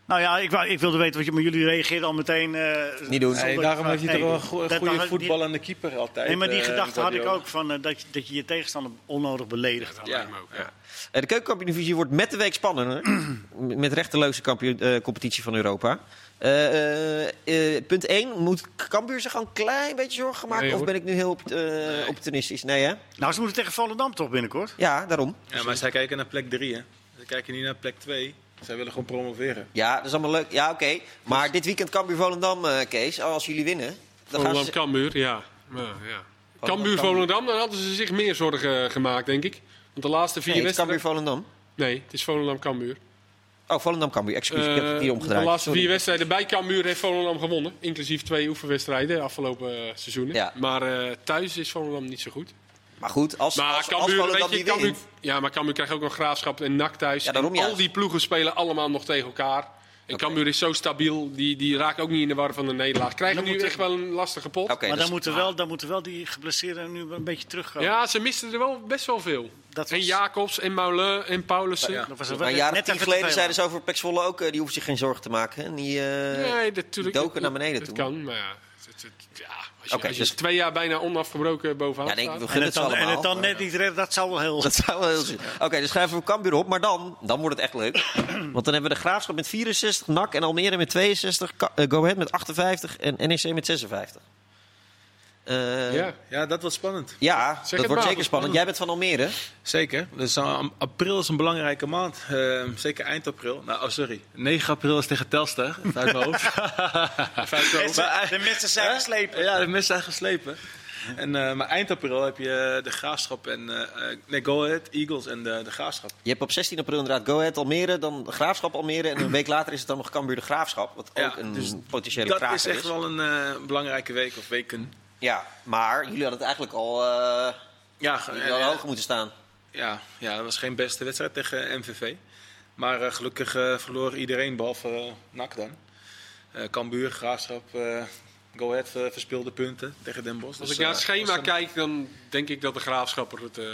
Nou ja, ik, wou- ik wilde weten wat je. Maar jullie reageerden al meteen. eh,
Niet doen.
Nee,
zonder-
daarom heeft hij
Nee,
toch wel een goe-
dat
goede
mag ook niet.
voetbal aan de keeper altijd.
Nee, maar die
eh,
gedachte had ik
Guardiola.
ook van eh, dat, je, dat je je tegenstander onnodig beledigt.
Dat
Ja.
lijkt me ook. Ja.
Eh, de keukenkampioen-divisie wordt met de week spannender. M- met recht de leukste kampioen- eh, competitie van Europa. Eh, eh, eh, punt 1. Moet Cambuur zich al een klein beetje zorgen maken?
Nee,
of
hoor.
ben ik nu heel op, eh, opportunistisch? Nee, hè?
Nou, ze moeten tegen Volendam toch binnenkort?
Ja, daarom.
Ja, maar zij kijken naar plek 3, hè. Ze kijken niet naar plek 2. Zij willen gewoon promoveren.
Ja, dat is allemaal leuk. Ja, oké. Maar dit weekend Cambuur-Volendam, eh, Kees. Als jullie winnen, dan gaan
Volendam,
ze...
Cambuur, ja. Ja, ja. Cambuur, Volendam, dan hadden ze zich meer zorgen eh, gemaakt, denk ik. Want de laatste vier
Nee, het is
wedstrijden...
Cambuur-Volendam.
Nee, het is Volendam, Cambuur.
Oh, Volendam-Cambuur. Excuus, ik heb het hier
Eh,
omgedraaid.
De laatste
Sorry.
vier wedstrijden bij Cambuur heeft Volendam gewonnen. Inclusief twee oefenwedstrijden afgelopen eh, seizoenen.
Ja.
Maar eh, thuis is Volendam niet zo goed.
Maar goed, als,
Maar
als, als
Cambuur,
Volendam
weet je,
die wint...
Cambuur- ja, maar Cambuur krijgt ook nog Graafschap en NAC thuis.
Ja, daarom
En al
juist.
die ploegen spelen allemaal nog tegen elkaar. En
Oké.
Cambuur is zo stabiel, die, die raakt ook niet in de war van de nederlaag. Krijgen
Dan
nu
moet-
echt wel een lastige pot.
Oké,
maar
dus-
dan moeten, wel, dan moeten wel die geblesseerden nu wel een beetje terugkomen.
Ja, ze misten er wel best wel veel.
Dat
En
was-
Jacobs en Moulin en Paulussen.
Ja.
Dat was wel
Maar een jaar of
net
Nou tien
even te
geleden
veel.
zeiden ze over Pek Zwolle ook... eh, die hoeven zich geen zorgen te maken. hè. En die, eh,
Nee, natuurlijk.
die doken naar beneden
Dat
toe.
kan, maar ja. het- het- ja, als je,
Oké,
als je
dus-
twee jaar bijna onafgebroken bovenaan
Ja, nee, ik
staat.
En
begin
het
het ze
dan, en
allemaal.
het dan net niet redden, dat zou wel heel.
Dat zou wel heel zin- Oké, dus schrijven we Cambuur op. Maar dan, dan wordt het echt leuk. Want dan hebben we de Graafschap met 64, NAC en Almere met 62, Ka- eh, Go Ahead met 58 en NEC met 56. Eh, ja,
Ja.
Dus,
Ja, dat wordt spannend.
dat
het
wordt
maar,
zeker
dat
spannend. Jij bent van Almere.
Zeker. Dus, eh, april is een belangrijke maand. Eh, zeker eind april. Nou, oh, sorry. 9 april is tegen Telstar. Uit mijn hoofd. Maar-
de mensen zijn geslepen.
Ja, de mensen zijn geslepen. En, eh, maar eind april heb je eh, de Graafschap en... eh, eh, nee, Go Ahead, Eagles en de, de Graafschap.
Je hebt op 16 april inderdaad Go Ahead Almere, dan Graafschap Almere. En een week later is het dan nog Cambuur de Graafschap. Wat ook
Ja,
een
dus
potentiële
dat
kraker dus.
is echt wel een eh, belangrijke week of weken.
Ja, maar jullie hadden het eigenlijk al, eh
Ja,
jullie
eh,
hadden hoger moeten staan.
Ja, ja, dat was geen beste wedstrijd tegen MVV. Maar eh, gelukkig eh, verloor iedereen, behalve eh, NAC dan. Eh Cambuur, Graafschap, eh, Go Ahead eh, verspeelde punten tegen Den Bosch.
Als
Dus,
ik naar
eh,
het schema
was een-
kijk, dan denk ik dat de graafschapper het eh,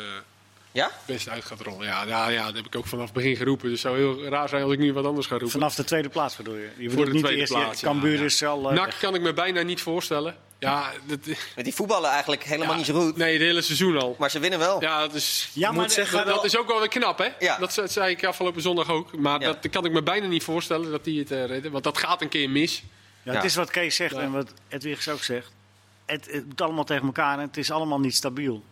Ja?
best uit gaat rollen. Ja, ja, ja, dat heb ik ook vanaf het begin geroepen. Dus het zou heel raar zijn als ik nu wat anders ga roepen.
Vanaf de tweede plaats bedoel je. Je
Voor
bedoelt
de
niet de
tweede
eerste.
plaats, ja,
Cambuur
ja.
is al. eh,
NAC kan ik me bijna niet voorstellen. Ja, dat,
Met die voetballen eigenlijk helemaal
ja,
niet zo goed.
Nee, het hele seizoen al.
Maar ze winnen wel.
Ja, dat is,
Ja,
moet
maar de-
zeggen,
maar
dat
wel-
is ook wel weer knap, hè?
Ja.
Dat ze- zei ik afgelopen zondag ook. Maar
Ja.
dat kan ik me bijna niet voorstellen dat die het eh, redden. Want dat gaat een keer mis.
ja, het
Ja.
is wat Kees zegt
Ja.
en wat Edwigs ook zegt. Het, het moet allemaal tegen elkaar en het is allemaal niet stabiel.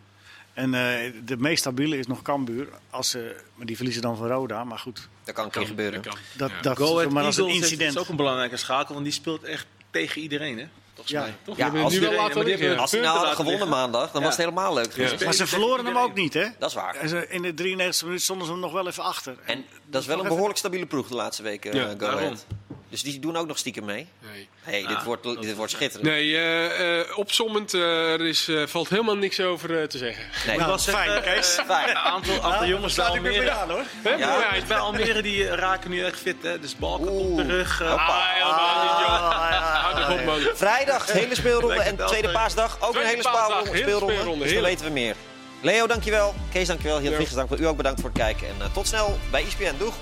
En eh, de meest stabiele is nog Cambuur. Als ze, maar die verliezen dan van Roda. Maar goed,
Dat kan een keer gebeuren.
Dat kan.
dat,
Ja.
dat
Go Ahead
maar als een
Eagles is-
incident.
is ook een belangrijke schakel, want die speelt echt tegen iedereen, hè? Volgens
Ja.
mij. Toch?
Ja,
Die hebben
als
het nu
iedereen-
wel
maar
laten liggen.
die hebben-
Als ze nou hadden
punten laten
gewonnen
liggen.
maandag, dan
Ja.
was het helemaal leuk geweest.
Ja.
Maar ze verloren hem ook niet, hè?
Dat is waar.
En ze- In de 93 minuut stonden ze hem nog wel even achter.
En dat is wel een behoorlijk stabiele ploeg de laatste weken,
Ja,
eh, Go
daarom.
Ahead. Dus die doen ook nog stiekem mee.
Nee.
hey, dit, wordt, dit wordt schitterend.
Nee, eh, eh, opsommend, eh, er is, eh, valt helemaal niks over eh, te zeggen.
Nee,
Nou,
dat
was het,
fijn,
eh,
Kees. Nou,
is fijn.
Een aantal, aantal jongens bij
Laat ik weer
Almere,
aan, hoor.
Hè,
Ja.
Brian?
bij Almere die eh, raken nu echt fit, hè? Dus bal komt op
Oeh.
de rug. eh,
Ah, helemaal niet, joh. Houd toch op, man.
Vrijdag, hele speelronde.
Lekker
En
wel,
tweede
eh,
paasdag, ook een
tweede
hele
paasdag,
speelronde.
hele
speelronde.
speelronde,
Dus dan
heerlijk.
weten we meer. Leo, dankjewel. Kees, dankjewel. Heel
Ja.
Vliegers, dankjewel. U ook bedankt voor het kijken. En eh, tot snel bij ESPN. Doeg!